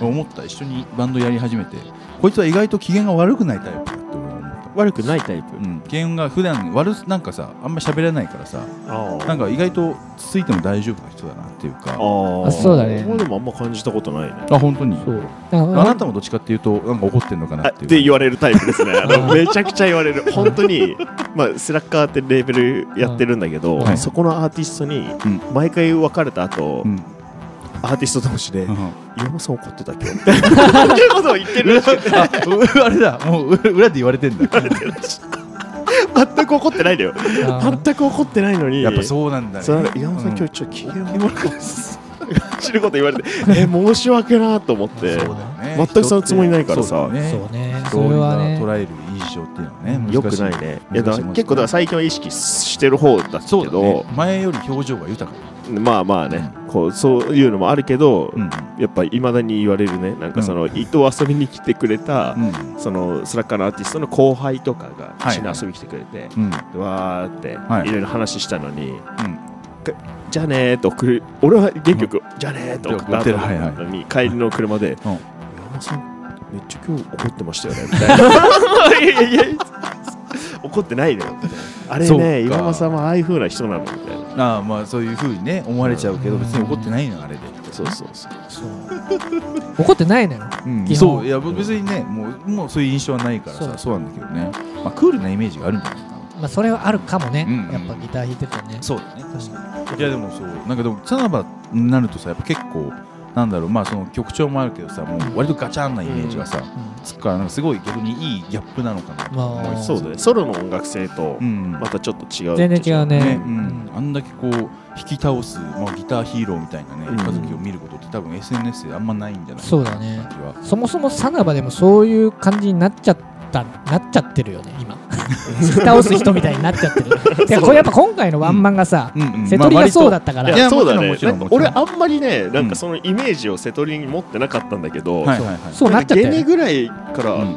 [SPEAKER 1] 思った一緒にバンドやり始めてこいつは意外と機嫌が悪くないタイプだって俺は思った
[SPEAKER 2] 悪くないタイプ
[SPEAKER 1] うん、機嫌が普段悪すなんかさあんま喋らないからさ
[SPEAKER 2] あー
[SPEAKER 1] なんか意外とつついても大丈夫な人だなっていうか
[SPEAKER 2] あー
[SPEAKER 5] あそうだね
[SPEAKER 2] 俺でもあんま感じたことないね
[SPEAKER 1] あ本当に
[SPEAKER 5] そうだか
[SPEAKER 1] あ
[SPEAKER 5] ら
[SPEAKER 1] なたもどっちかっていうとなんか怒ってんのかな
[SPEAKER 2] あっ
[SPEAKER 1] っていう
[SPEAKER 2] て言われるタイプ (laughs) ですねあの
[SPEAKER 5] あー
[SPEAKER 2] めちゃくちゃ言われる本当にまあスラッガーってレーベルやってるんだけ
[SPEAKER 5] うん
[SPEAKER 1] は
[SPEAKER 2] ど
[SPEAKER 1] い
[SPEAKER 2] そこのアーティストに
[SPEAKER 1] ん
[SPEAKER 2] 毎回別れた後
[SPEAKER 1] うん
[SPEAKER 2] アーティスト同士で
[SPEAKER 1] うん
[SPEAKER 2] 岩間さん怒ってたっけみたいな
[SPEAKER 5] (laughs)
[SPEAKER 2] ことを言ってるらしい
[SPEAKER 1] あうあれだもうう裏で言われてんだ
[SPEAKER 2] 全く怒ってないんだよ
[SPEAKER 5] あー
[SPEAKER 2] 全く怒ってないのに
[SPEAKER 1] やっぱそうなんだね
[SPEAKER 2] そうなんか岩間さん、
[SPEAKER 1] うん
[SPEAKER 2] 今日ちょっと機嫌悪かった知ること言われて (laughs) え申し訳なと思って
[SPEAKER 1] そうだよね
[SPEAKER 2] 全くそのつもりないからさ
[SPEAKER 1] そうだよね
[SPEAKER 5] そうねそ
[SPEAKER 1] そう
[SPEAKER 5] れは
[SPEAKER 1] 捉え
[SPEAKER 5] ね
[SPEAKER 1] る印象っていうのはね難し
[SPEAKER 2] よくないねいやだから
[SPEAKER 1] 難しもんですね
[SPEAKER 2] 結構だから最近は意識してる方だけ
[SPEAKER 1] そうだ
[SPEAKER 2] ど
[SPEAKER 1] ね前より表情が豊か
[SPEAKER 2] まあまあねこうそういうのもあるけど、
[SPEAKER 1] うん
[SPEAKER 2] やっぱいまだに言われるねなんかその、伊藤遊びに来てくれた、
[SPEAKER 1] うん
[SPEAKER 2] そのスラッカーのアーティストの後輩とかが
[SPEAKER 1] はい
[SPEAKER 2] 一緒に遊びに来てくれて、
[SPEAKER 1] うん
[SPEAKER 2] わーって、
[SPEAKER 1] はい
[SPEAKER 2] い、ろいろ話したのに、
[SPEAKER 1] ん
[SPEAKER 2] かじゃあねーと送る俺は原曲、じゃあねーと送った後
[SPEAKER 1] 送ってるはい
[SPEAKER 2] のに帰りの車で、
[SPEAKER 1] うん
[SPEAKER 2] 山本さんめっちゃ今日怒ってましたよねみたいな (laughs) いやいやいや怒ってないのよみたいなあれ
[SPEAKER 1] そうか
[SPEAKER 2] ね岩間さんはああいう風な人なのみたいな
[SPEAKER 1] ああまあそういうふうにね思われちゃうけど別に怒ってないのあれで
[SPEAKER 2] そうそうそう
[SPEAKER 5] そう怒ってないのよ
[SPEAKER 1] うん
[SPEAKER 5] 基本
[SPEAKER 1] そういや別にねもうもうそういう印象はないから
[SPEAKER 5] そ
[SPEAKER 1] さ
[SPEAKER 5] う
[SPEAKER 1] そうなんだけどねまあクールなイメージがあるんじゃないかな
[SPEAKER 5] まあそれはあるかもね、
[SPEAKER 1] うんうん
[SPEAKER 5] やっぱギター弾いてるとね
[SPEAKER 1] そうだね確かにいやでもそうなんかでもサナバになるとさやっぱ結構なんだろうまあその曲調もあるけどさもう割とガチャンなイメージがさ、つくからなんかすごい逆にいいギャップなのかなと思い
[SPEAKER 5] まあ
[SPEAKER 1] ます
[SPEAKER 2] そうだねソロの音楽性と
[SPEAKER 1] うん
[SPEAKER 2] またちょっと違う
[SPEAKER 5] 全然違うね
[SPEAKER 1] ね
[SPEAKER 5] う
[SPEAKER 1] うんん、あんだけこう引き倒す、まあ、ギターヒーローみたいなね
[SPEAKER 2] うん
[SPEAKER 1] 和樹、を見ることって多分 SNS であんまないんじゃない
[SPEAKER 5] そうだね
[SPEAKER 1] 感じは
[SPEAKER 5] そもそもサナバでもそういう感じになっちゃったなっちゃってるよね今 (laughs) 倒す人みたいになっちゃってるいやこれやっぱ今回のワンマンがさ、
[SPEAKER 1] うんうん
[SPEAKER 5] 瀬戸りがそうだ
[SPEAKER 1] っ
[SPEAKER 5] ったか
[SPEAKER 2] い
[SPEAKER 5] ら、
[SPEAKER 1] いや
[SPEAKER 2] やそうだね
[SPEAKER 1] もちろんもちろん
[SPEAKER 2] 俺あんまりねなん
[SPEAKER 1] う
[SPEAKER 2] か
[SPEAKER 1] ん
[SPEAKER 2] そのイメージを瀬戸りに持ってなかったんだけど、
[SPEAKER 1] はいはいはい
[SPEAKER 5] そうなっちゃった
[SPEAKER 2] ゲ
[SPEAKER 5] よ
[SPEAKER 2] ネ
[SPEAKER 5] ね
[SPEAKER 2] ぐらいから、
[SPEAKER 1] うん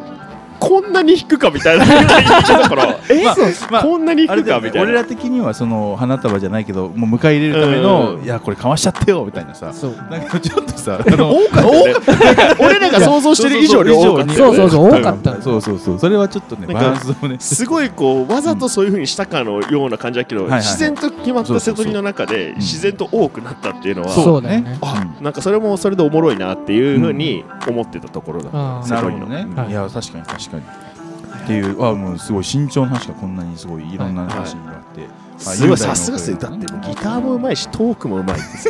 [SPEAKER 2] こんなに弾くかみたいなだから、 (laughs) え、
[SPEAKER 1] まあまあ
[SPEAKER 2] こんなに
[SPEAKER 1] あ
[SPEAKER 2] 弾
[SPEAKER 1] れ
[SPEAKER 2] くか
[SPEAKER 1] だよ
[SPEAKER 2] み
[SPEAKER 1] ね
[SPEAKER 2] たい
[SPEAKER 1] 俺
[SPEAKER 2] な。
[SPEAKER 1] ら的にはその花束じゃないけどもう迎え入れるため
[SPEAKER 2] う
[SPEAKER 1] の
[SPEAKER 2] ん
[SPEAKER 1] いやこれかわしちゃってよみたいなさ
[SPEAKER 5] そう
[SPEAKER 1] なんかちょっとさあの
[SPEAKER 2] 多かったね (laughs) なんか俺らが想像してる以上に多かった
[SPEAKER 5] そう
[SPEAKER 2] よね
[SPEAKER 5] そうそう多かったの
[SPEAKER 1] そうそうそうそれはちょっとね
[SPEAKER 2] なん
[SPEAKER 1] バ
[SPEAKER 2] か
[SPEAKER 1] ランスをね
[SPEAKER 2] すごいこうわざとそういうふうにしたかのような感じだけど、
[SPEAKER 1] はいはい
[SPEAKER 2] 自然と決まっ
[SPEAKER 1] そ
[SPEAKER 2] た
[SPEAKER 1] うそ
[SPEAKER 2] 瀬
[SPEAKER 1] う
[SPEAKER 2] 戸
[SPEAKER 1] そう
[SPEAKER 2] りの中で自然と多くなったっていうのは、
[SPEAKER 5] そうだよね
[SPEAKER 2] あなんかそれもそれでおもろいなっていうふうに思ってたところだった、
[SPEAKER 5] うん
[SPEAKER 2] 瀬
[SPEAKER 1] な
[SPEAKER 2] 戸
[SPEAKER 1] る
[SPEAKER 2] り
[SPEAKER 1] ほ
[SPEAKER 2] の
[SPEAKER 1] どね
[SPEAKER 5] はい
[SPEAKER 1] いや確かに確かにっていうあもうすごい身長の話がこんなにすごいいろんな話があって、あ
[SPEAKER 2] すごい
[SPEAKER 1] 雄大
[SPEAKER 2] さ
[SPEAKER 1] の
[SPEAKER 2] すがですねだってもうギターもうまいしトークもうまいです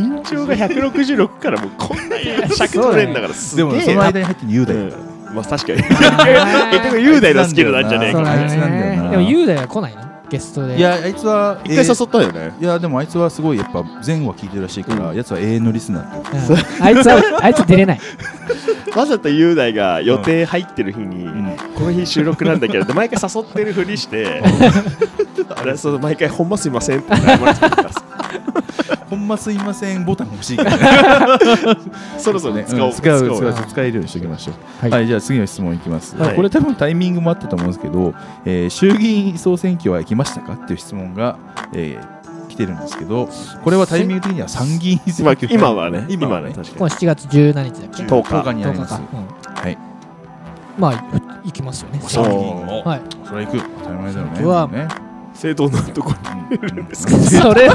[SPEAKER 2] ね 身長が166からもうこんなに尺取れんだからすげ
[SPEAKER 1] で
[SPEAKER 2] えな
[SPEAKER 1] もその間に入って雄大だから、
[SPEAKER 2] うんまあ
[SPEAKER 1] (laughs)
[SPEAKER 2] 確かに結局雄大のスキルなんじゃねえ
[SPEAKER 5] そう
[SPEAKER 2] か
[SPEAKER 5] だ
[SPEAKER 1] あいつなんだよ
[SPEAKER 5] ね
[SPEAKER 1] な
[SPEAKER 5] でも雄大は来ないのゲストで
[SPEAKER 1] いやあいつは
[SPEAKER 2] 一回誘ったよね
[SPEAKER 1] いやでもあいつはすごいやっぱ前後は聞いてるらしいから、やつは永遠のリスナーって
[SPEAKER 5] うんあいつはあいつ出れない
[SPEAKER 2] わざと雄大が予定入ってる日に、
[SPEAKER 1] ん
[SPEAKER 2] この日収録なんだけどって毎回誘ってるふりして、あれそう毎回ほんますいませんって謝らせてく
[SPEAKER 1] (laughs)
[SPEAKER 2] ださ
[SPEAKER 1] ほんますいませんボタン欲しいからね
[SPEAKER 2] いそろそろ使おう、
[SPEAKER 1] ん使う
[SPEAKER 2] 使おう
[SPEAKER 1] 使う使えるようにしておきましょうは、
[SPEAKER 5] はいい
[SPEAKER 1] じゃあ次の質問いきます、
[SPEAKER 2] はい
[SPEAKER 1] これ多分タイミングもあったと思うんですけど、えー衆議院総選挙は行きましたかっていう質問が、えー来てるんですけどこれはタイミング的には参議院選
[SPEAKER 2] まあ
[SPEAKER 1] 挙
[SPEAKER 2] 今はね
[SPEAKER 1] 今
[SPEAKER 2] 今は
[SPEAKER 1] はね
[SPEAKER 2] ね確か
[SPEAKER 5] 今7月17日だっけ
[SPEAKER 2] 10
[SPEAKER 1] 10日になり
[SPEAKER 5] 10
[SPEAKER 1] ま
[SPEAKER 5] 日
[SPEAKER 1] す
[SPEAKER 5] か、うん
[SPEAKER 1] はい
[SPEAKER 5] まあ行きますよね
[SPEAKER 1] 参議院を
[SPEAKER 5] はい
[SPEAKER 1] それは行く当たり前だよね
[SPEAKER 5] うわ
[SPEAKER 1] もね
[SPEAKER 2] に正当なところ
[SPEAKER 1] うんうん
[SPEAKER 5] それは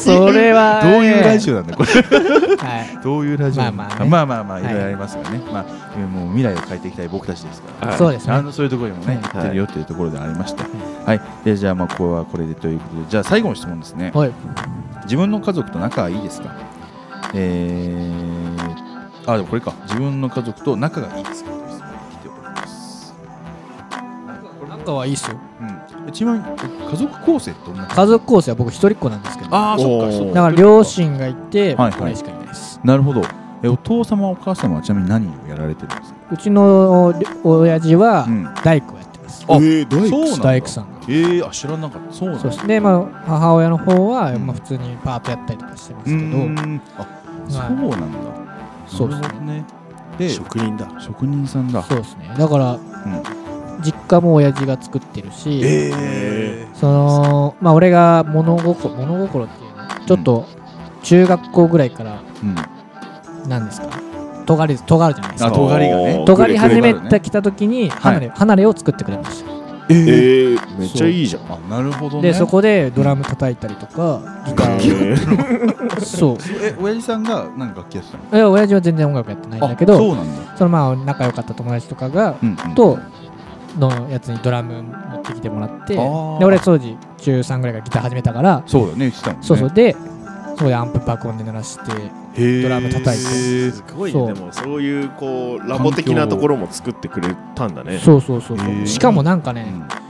[SPEAKER 5] それは
[SPEAKER 1] どういうラジオなんだ (laughs) これ
[SPEAKER 5] はい
[SPEAKER 1] どういうラジオなんだ
[SPEAKER 5] まあまあね
[SPEAKER 1] まあまあまあい
[SPEAKER 5] はい
[SPEAKER 1] ろいろありますがね、まあもう未来を変えていきたい僕たちですから、
[SPEAKER 2] はい
[SPEAKER 5] そうです
[SPEAKER 1] ちゃ
[SPEAKER 5] ね
[SPEAKER 1] んとそういうところにもね、
[SPEAKER 5] はい
[SPEAKER 1] 行ってるよというところでありました。はい、でじゃあ、まあ、ここはこれでということで、じゃあ、最後の質問ですね。
[SPEAKER 5] はい
[SPEAKER 1] 自分の家族と仲はいいですか。えー、あ、でも、これか、自分の家族と仲がいいですか。という質問が来ております。
[SPEAKER 5] 仲はいいっすよ
[SPEAKER 1] うん、えちなみに、え家族構成ってどんな。
[SPEAKER 5] 家族構成は僕一人っ子なんですけどだか
[SPEAKER 1] ああ、そっか、そっか。
[SPEAKER 5] ら両。親がいて
[SPEAKER 1] はいはい
[SPEAKER 5] 僕ぐらいしかいないです
[SPEAKER 1] なるほど。え、お父様、お母様はちなみに何をやられてるんですか。
[SPEAKER 5] うちの親父は
[SPEAKER 1] うん
[SPEAKER 5] 大工をやってます
[SPEAKER 1] あ
[SPEAKER 2] えーどういう
[SPEAKER 1] そうなんだ
[SPEAKER 5] 大工さんが
[SPEAKER 1] えー、あ、知らなかった。そうなん
[SPEAKER 5] そ
[SPEAKER 1] だ
[SPEAKER 5] う。でまあ母親の方は
[SPEAKER 1] うん
[SPEAKER 5] まあ普通にパートやったりとかしてます
[SPEAKER 1] う
[SPEAKER 5] けど
[SPEAKER 1] ーんあ、そうなんだ。
[SPEAKER 5] そうですね
[SPEAKER 1] なるほどね。で、
[SPEAKER 2] 職人だ
[SPEAKER 1] 職人さんだ。
[SPEAKER 5] そうですねだから
[SPEAKER 1] うん
[SPEAKER 5] 実家も親父が作ってるし、
[SPEAKER 1] え
[SPEAKER 5] そのまあ俺が物心物心っていうのちょっと中学校ぐらいから
[SPEAKER 1] ーうん、
[SPEAKER 5] 何ですか尖り尖るじゃないです
[SPEAKER 1] あ
[SPEAKER 5] か
[SPEAKER 1] 尖りがね
[SPEAKER 5] 尖り始め
[SPEAKER 1] くれくれ
[SPEAKER 5] てきた時に離れ,、離れを作ってくれました
[SPEAKER 2] え
[SPEAKER 1] えー
[SPEAKER 2] ー、めっちゃいいじゃん
[SPEAKER 1] あなるほどね
[SPEAKER 5] でそこでドラム叩いたりとかギタ
[SPEAKER 2] 楽器
[SPEAKER 5] ー
[SPEAKER 2] 持ってる
[SPEAKER 5] そう
[SPEAKER 1] え親父さんが何か楽器やってたの
[SPEAKER 5] え親父は全然音楽やってないんだけど
[SPEAKER 1] そうなんだ、
[SPEAKER 5] そのまあ仲良かった友達とかが
[SPEAKER 1] うんうん、
[SPEAKER 5] とのやつにドラム持ってきてもらって
[SPEAKER 1] あ
[SPEAKER 5] で
[SPEAKER 1] ー
[SPEAKER 5] 俺当時中3ぐらいからギター始めたから
[SPEAKER 1] そうだね言ってたもんね
[SPEAKER 5] そうそうでそこでアンプ爆音で鳴らしてドラム叩いて
[SPEAKER 2] すごい
[SPEAKER 5] そう
[SPEAKER 2] ねでもそういうこうラボ的なところも作ってくれたんだね
[SPEAKER 5] そうそうそうそう、
[SPEAKER 1] へー
[SPEAKER 5] しかもなんかね、
[SPEAKER 1] うん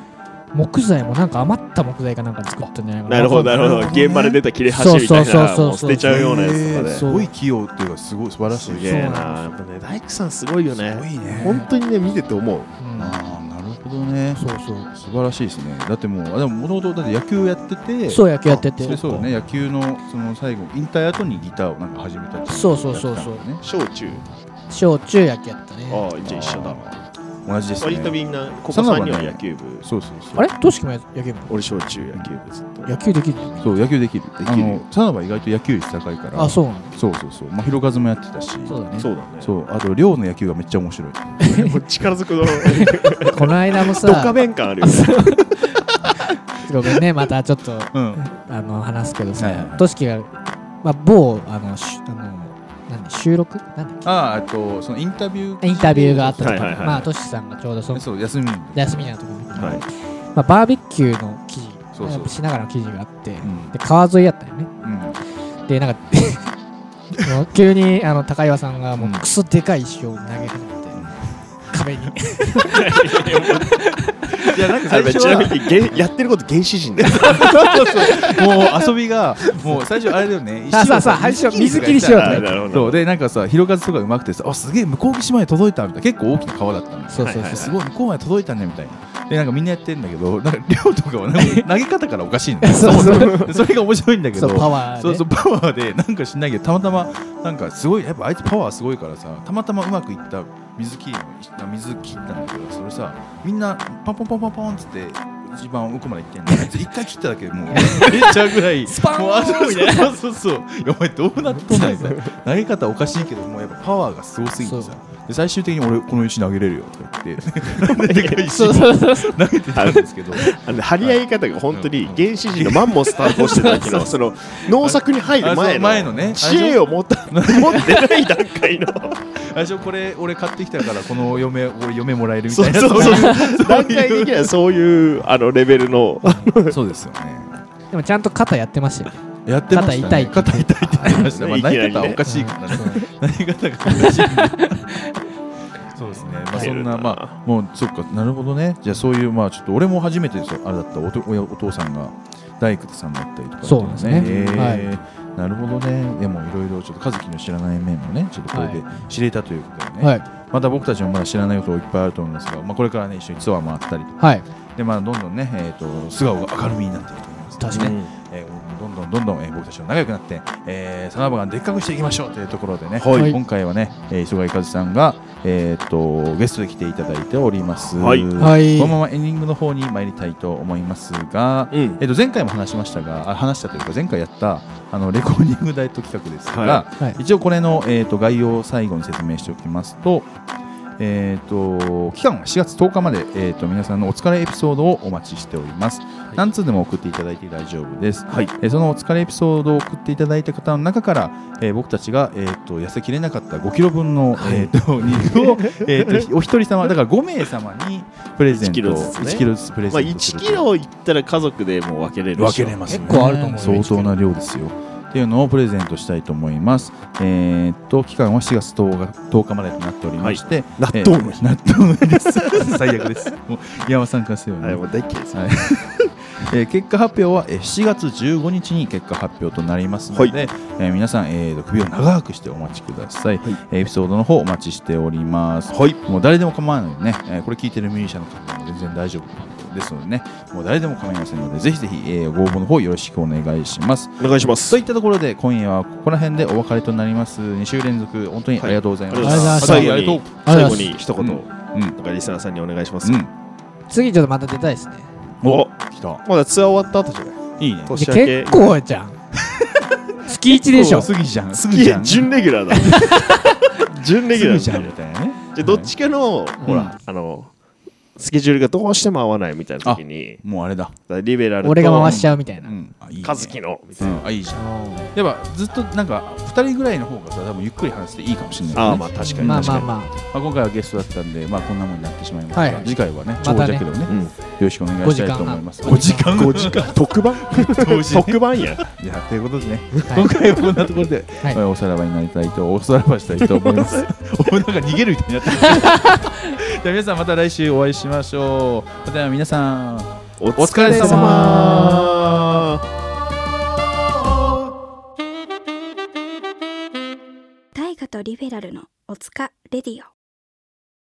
[SPEAKER 5] 木材もなんか余った木材かなんかで作ったんじゃないかな
[SPEAKER 2] なるほどなるほど現場で出た切れ端みたい
[SPEAKER 5] そうそうそう
[SPEAKER 2] な
[SPEAKER 5] そう
[SPEAKER 2] もう捨てちゃうようなやつとか
[SPEAKER 1] へー
[SPEAKER 2] です
[SPEAKER 1] ごい器用っていうかすごい素晴らしい
[SPEAKER 2] すげえな
[SPEAKER 5] そう
[SPEAKER 2] やっぱね大工さんすごいよね
[SPEAKER 1] すごいね
[SPEAKER 2] 本当にね見てて思う
[SPEAKER 5] うん
[SPEAKER 1] ああなるほどね
[SPEAKER 5] そうそう
[SPEAKER 1] 素晴らしいですねだってもうあでももともとだって野球やってて
[SPEAKER 5] そう野球やってて
[SPEAKER 1] それそうだね野球のその最後引退後にギターをなんか始めたってい
[SPEAKER 5] そうそうそうそ
[SPEAKER 1] やっ
[SPEAKER 5] う
[SPEAKER 1] てたんだね
[SPEAKER 2] 小中
[SPEAKER 5] 小中野球やったね
[SPEAKER 2] ああじゃあ一緒だ
[SPEAKER 1] 同じですね
[SPEAKER 2] 割とみんなここ
[SPEAKER 1] サナはね
[SPEAKER 2] 3人は野球部
[SPEAKER 1] そうそうそう
[SPEAKER 5] あれトシキもや野球部
[SPEAKER 2] 俺小中野球部ずっと
[SPEAKER 5] 野球できるじゃん
[SPEAKER 1] そう野球できる
[SPEAKER 2] できる
[SPEAKER 1] あのサナバ意外と野球率高いから
[SPEAKER 5] あそうなんだ
[SPEAKER 1] そうそうそう、まあ、広和もやってたし、
[SPEAKER 5] そうだね
[SPEAKER 2] そうだね
[SPEAKER 1] そうあと寮の野球がめっちゃ面白い。
[SPEAKER 2] (laughs)
[SPEAKER 5] (laughs)
[SPEAKER 2] もう力ずくの (laughs)
[SPEAKER 5] この
[SPEAKER 1] (laughs)
[SPEAKER 5] 間も
[SPEAKER 2] ド
[SPEAKER 5] さ
[SPEAKER 2] カベン感あるよね
[SPEAKER 5] ごめんねまたちょっと
[SPEAKER 1] うん。
[SPEAKER 5] あの話すけど
[SPEAKER 1] はいはいは
[SPEAKER 5] さ
[SPEAKER 1] い
[SPEAKER 5] トシキが、まあ、某あのしあの何収録なんだっ
[SPEAKER 1] ああ、あとそのインタビュー
[SPEAKER 5] けインタビューがあったとか、
[SPEAKER 2] はいはいはい
[SPEAKER 5] まあトシさんがちょうどその
[SPEAKER 1] そう休みに。
[SPEAKER 5] 休みなとこに、
[SPEAKER 2] はい
[SPEAKER 5] まあ、バーベキューの記事
[SPEAKER 1] そうそう
[SPEAKER 5] しながらの記事があって、
[SPEAKER 1] ん
[SPEAKER 5] で川沿いやったよね
[SPEAKER 1] うん。
[SPEAKER 5] でなんか (laughs) もう急にあの高岩さんがも
[SPEAKER 1] うん
[SPEAKER 5] うクソでかい石を投げ始めて、壁に
[SPEAKER 1] いやなんか
[SPEAKER 2] あ
[SPEAKER 1] 最
[SPEAKER 2] れ
[SPEAKER 1] 初
[SPEAKER 2] ちなみ
[SPEAKER 1] (laughs) は
[SPEAKER 2] にげん (laughs) やってること原始人
[SPEAKER 1] (laughs)
[SPEAKER 2] だよ
[SPEAKER 1] もう遊びがもう最初あれだよ
[SPEAKER 5] (laughs)
[SPEAKER 1] ね。
[SPEAKER 5] あそうそう最初水切りしようと
[SPEAKER 2] な
[SPEAKER 5] か
[SPEAKER 2] るほ
[SPEAKER 5] 言って
[SPEAKER 2] どなるほど
[SPEAKER 1] そうでなんかさ広和とかうまくてさあすげえ向こう岸まで届いたみたいな結構大きな川だったの
[SPEAKER 5] そうそうそう、
[SPEAKER 2] はいはい
[SPEAKER 1] すごい向こうまで届いたねみたいなでなんかみんなやってんだけどなんか寮とかはね投げ方からおかしいんだよ
[SPEAKER 5] そうそう
[SPEAKER 1] (laughs) そうそれが面白いんだけ
[SPEAKER 5] そ
[SPEAKER 1] ど
[SPEAKER 5] うパワーで
[SPEAKER 1] そうそうパワーでなんかしないけどたまたまなんかすごいやっぱあいつパワーすごいからさたまたまうまくいった水切りの水切ったんだけどそれさみんなパンパンパンパンパンっつって一番奥まで行ってんのあいつ一回切っただけでもうめっちゃうぐらいスパンみたいなそうそうそういやお前どうなっとんないさ投げ方おかしいけどもうやっぱパワーがすごすぎて
[SPEAKER 5] そ
[SPEAKER 1] さで最終的に俺この石投げれるよとか言って (laughs)
[SPEAKER 5] そうそうそうそう
[SPEAKER 1] 投げてたんですけど
[SPEAKER 2] あの張り合い方が本当に原始人のマンモス担当してた時のその農作に入る
[SPEAKER 1] あ
[SPEAKER 2] 前
[SPEAKER 1] そう
[SPEAKER 2] の
[SPEAKER 1] 前のね
[SPEAKER 2] 知恵を持った持ってない段階
[SPEAKER 1] (laughs)
[SPEAKER 2] の
[SPEAKER 1] 最初これ俺買ってきたからこの嫁俺嫁もらえるみ
[SPEAKER 2] そ
[SPEAKER 1] た
[SPEAKER 2] う
[SPEAKER 1] いな
[SPEAKER 2] そうそう段階的にはそういうあのレベルの
[SPEAKER 1] そうそうですよね
[SPEAKER 5] でもちゃんと肩やってましたよね
[SPEAKER 1] やってましたね
[SPEAKER 5] 肩
[SPEAKER 1] 肩痛いって言ってました、まあ、
[SPEAKER 2] いきな
[SPEAKER 1] 泣
[SPEAKER 2] り
[SPEAKER 1] い
[SPEAKER 2] ね
[SPEAKER 1] 方はおかしいからね泣き方がおかしいんで (laughs) そうですね、まあ、そんなまあもうそっかなるほどねじゃあそういうまあちょっと俺も初めてですよあれだったおとおやお父さんが大工さんだったりとかっていの
[SPEAKER 5] そうなんですね
[SPEAKER 1] へえなるほどねでもいろいろちょっと和樹の知らない面もねちょっとこれで知れたということでね、
[SPEAKER 5] はい
[SPEAKER 1] また僕たちもまだ知らないこといっぱいあると思いますが、まあ、これからね一緒にツアー回ったりとか
[SPEAKER 5] はい
[SPEAKER 1] でまあどんどんね、えー、と素顔が明るみになっていると思います
[SPEAKER 5] 確かに
[SPEAKER 1] ねえーどんどんどんどん、えー僕たちも仲良くなって、えー、サナバガンでっかくしていきましょうというところでね、
[SPEAKER 2] はい
[SPEAKER 1] 今回はね、えー、磯貝和さんが、えー、とゲストで来ていただいております、
[SPEAKER 2] はい
[SPEAKER 5] はい
[SPEAKER 1] このままエンディングの方に参りたいと思いますが、
[SPEAKER 2] うん
[SPEAKER 1] えー、と前回も話しましたがあ話したというか前回やったあのレコーディングダイエット企画ですが、
[SPEAKER 2] は
[SPEAKER 5] はい
[SPEAKER 1] 一応これの、えー、と概要を最後に説明しておきますと,、えー、と期間は4月10日まで、えー、と皆さんのお疲れエピソードをお待ちしております、何通でも送っていただいて大丈夫です、
[SPEAKER 2] はい
[SPEAKER 1] えーそのお疲れエピソードを送っていただいた方の中から、えー僕たちが、えー、と痩せきれなかった5キロ分の、えー、と肉を、えー、とお一人様だから5名様にプレゼント
[SPEAKER 2] 1キロずつね
[SPEAKER 1] 1キロずつプレ
[SPEAKER 2] まあ
[SPEAKER 1] ゼントす
[SPEAKER 2] 1
[SPEAKER 1] る
[SPEAKER 2] キロいったら家族でもう分けれる
[SPEAKER 1] 分けれ
[SPEAKER 2] れ
[SPEAKER 1] ますね
[SPEAKER 5] 結構あると思うよ
[SPEAKER 1] 相当な量ですよっていうのをプレゼントしたいと思いますえーっと期間は4月10日10日までとなっておりまして、
[SPEAKER 2] はい
[SPEAKER 1] えー
[SPEAKER 2] 納豆の日
[SPEAKER 1] 納豆の日です最悪です (laughs) もう岩間さんからすれば
[SPEAKER 2] はい
[SPEAKER 1] ね
[SPEAKER 2] もう大嫌いです
[SPEAKER 1] はい (laughs) えー結果発表はえー7月15日に結果発表となりますので、
[SPEAKER 2] はい
[SPEAKER 1] えー皆さん、えーと、首を長くしてお待ちください、えーエピソードの方お待ちしております、
[SPEAKER 2] はい
[SPEAKER 1] もう誰でも構わないのでね、えーこれ聞いてるミュージシャンの方も全然大丈夫ですのでねもう誰でも構いませんのでぜひぜひ、えーご応募の方よろしくお願いします
[SPEAKER 2] お願いします
[SPEAKER 1] といったところで今夜はここら辺でお別れとなります2週連続本当にありがとうございま
[SPEAKER 5] り
[SPEAKER 1] し
[SPEAKER 5] が
[SPEAKER 1] た、
[SPEAKER 5] とうございました
[SPEAKER 2] 最後に
[SPEAKER 5] あり
[SPEAKER 2] 最
[SPEAKER 5] がとうございます
[SPEAKER 2] 後に一言、
[SPEAKER 1] うんうん
[SPEAKER 2] なんかリスナーさんにお願いします、
[SPEAKER 1] うん
[SPEAKER 5] 次ちょっとまた出たいですね
[SPEAKER 2] お
[SPEAKER 1] 来た
[SPEAKER 2] まだツアー終わった後じゃない
[SPEAKER 1] いいね
[SPEAKER 5] い
[SPEAKER 2] 年
[SPEAKER 5] や
[SPEAKER 2] 明け
[SPEAKER 5] 結構じゃん (laughs) 月1でしょ
[SPEAKER 1] すぎじゃんす
[SPEAKER 2] い
[SPEAKER 1] ぎじゃ
[SPEAKER 2] や
[SPEAKER 1] ん
[SPEAKER 2] 準レギュラーだ
[SPEAKER 1] (laughs)
[SPEAKER 2] 準レギュラー
[SPEAKER 1] じゃ
[SPEAKER 2] だ
[SPEAKER 1] んみたいなね
[SPEAKER 2] じゃあどっちかの、ほらあのスケジュールがどうしても合わないみたいな時に
[SPEAKER 1] もうあれだ
[SPEAKER 2] リベラルと
[SPEAKER 5] 俺が回しちゃうみたいうな、
[SPEAKER 1] んあいいね
[SPEAKER 2] 和樹のみた
[SPEAKER 1] う
[SPEAKER 2] いな、
[SPEAKER 1] んあいいじゃんやっぱずっとなんか2人ぐらいの方がさ多分ゆっくり話していいかもしれない、ね、
[SPEAKER 2] ああまあ確かに
[SPEAKER 5] まあ
[SPEAKER 2] 確
[SPEAKER 5] ま
[SPEAKER 2] か
[SPEAKER 5] あ
[SPEAKER 2] に、
[SPEAKER 5] ま
[SPEAKER 1] まあ今回はゲストだったんでまあこんなもんになってしまいますが、
[SPEAKER 5] はい
[SPEAKER 1] 次回はね長
[SPEAKER 5] またね
[SPEAKER 1] 尺でもね
[SPEAKER 2] うん
[SPEAKER 1] よろしくお願いしたいと思います
[SPEAKER 5] 5時間
[SPEAKER 1] 5時間
[SPEAKER 2] 特番
[SPEAKER 1] (laughs)
[SPEAKER 2] 特番や
[SPEAKER 1] いやということでね、
[SPEAKER 5] はい
[SPEAKER 1] 今回はこんなところで、
[SPEAKER 5] はい
[SPEAKER 1] えーおさらばになりたいとおさらばしたいと思います (laughs) おなんか逃げるみたいにな (laughs) ってるじゃあ皆さんまた来週お会いしましょうまた皆さん
[SPEAKER 2] お
[SPEAKER 1] お疲れ様
[SPEAKER 4] 大河とリベラルのおつかレディオ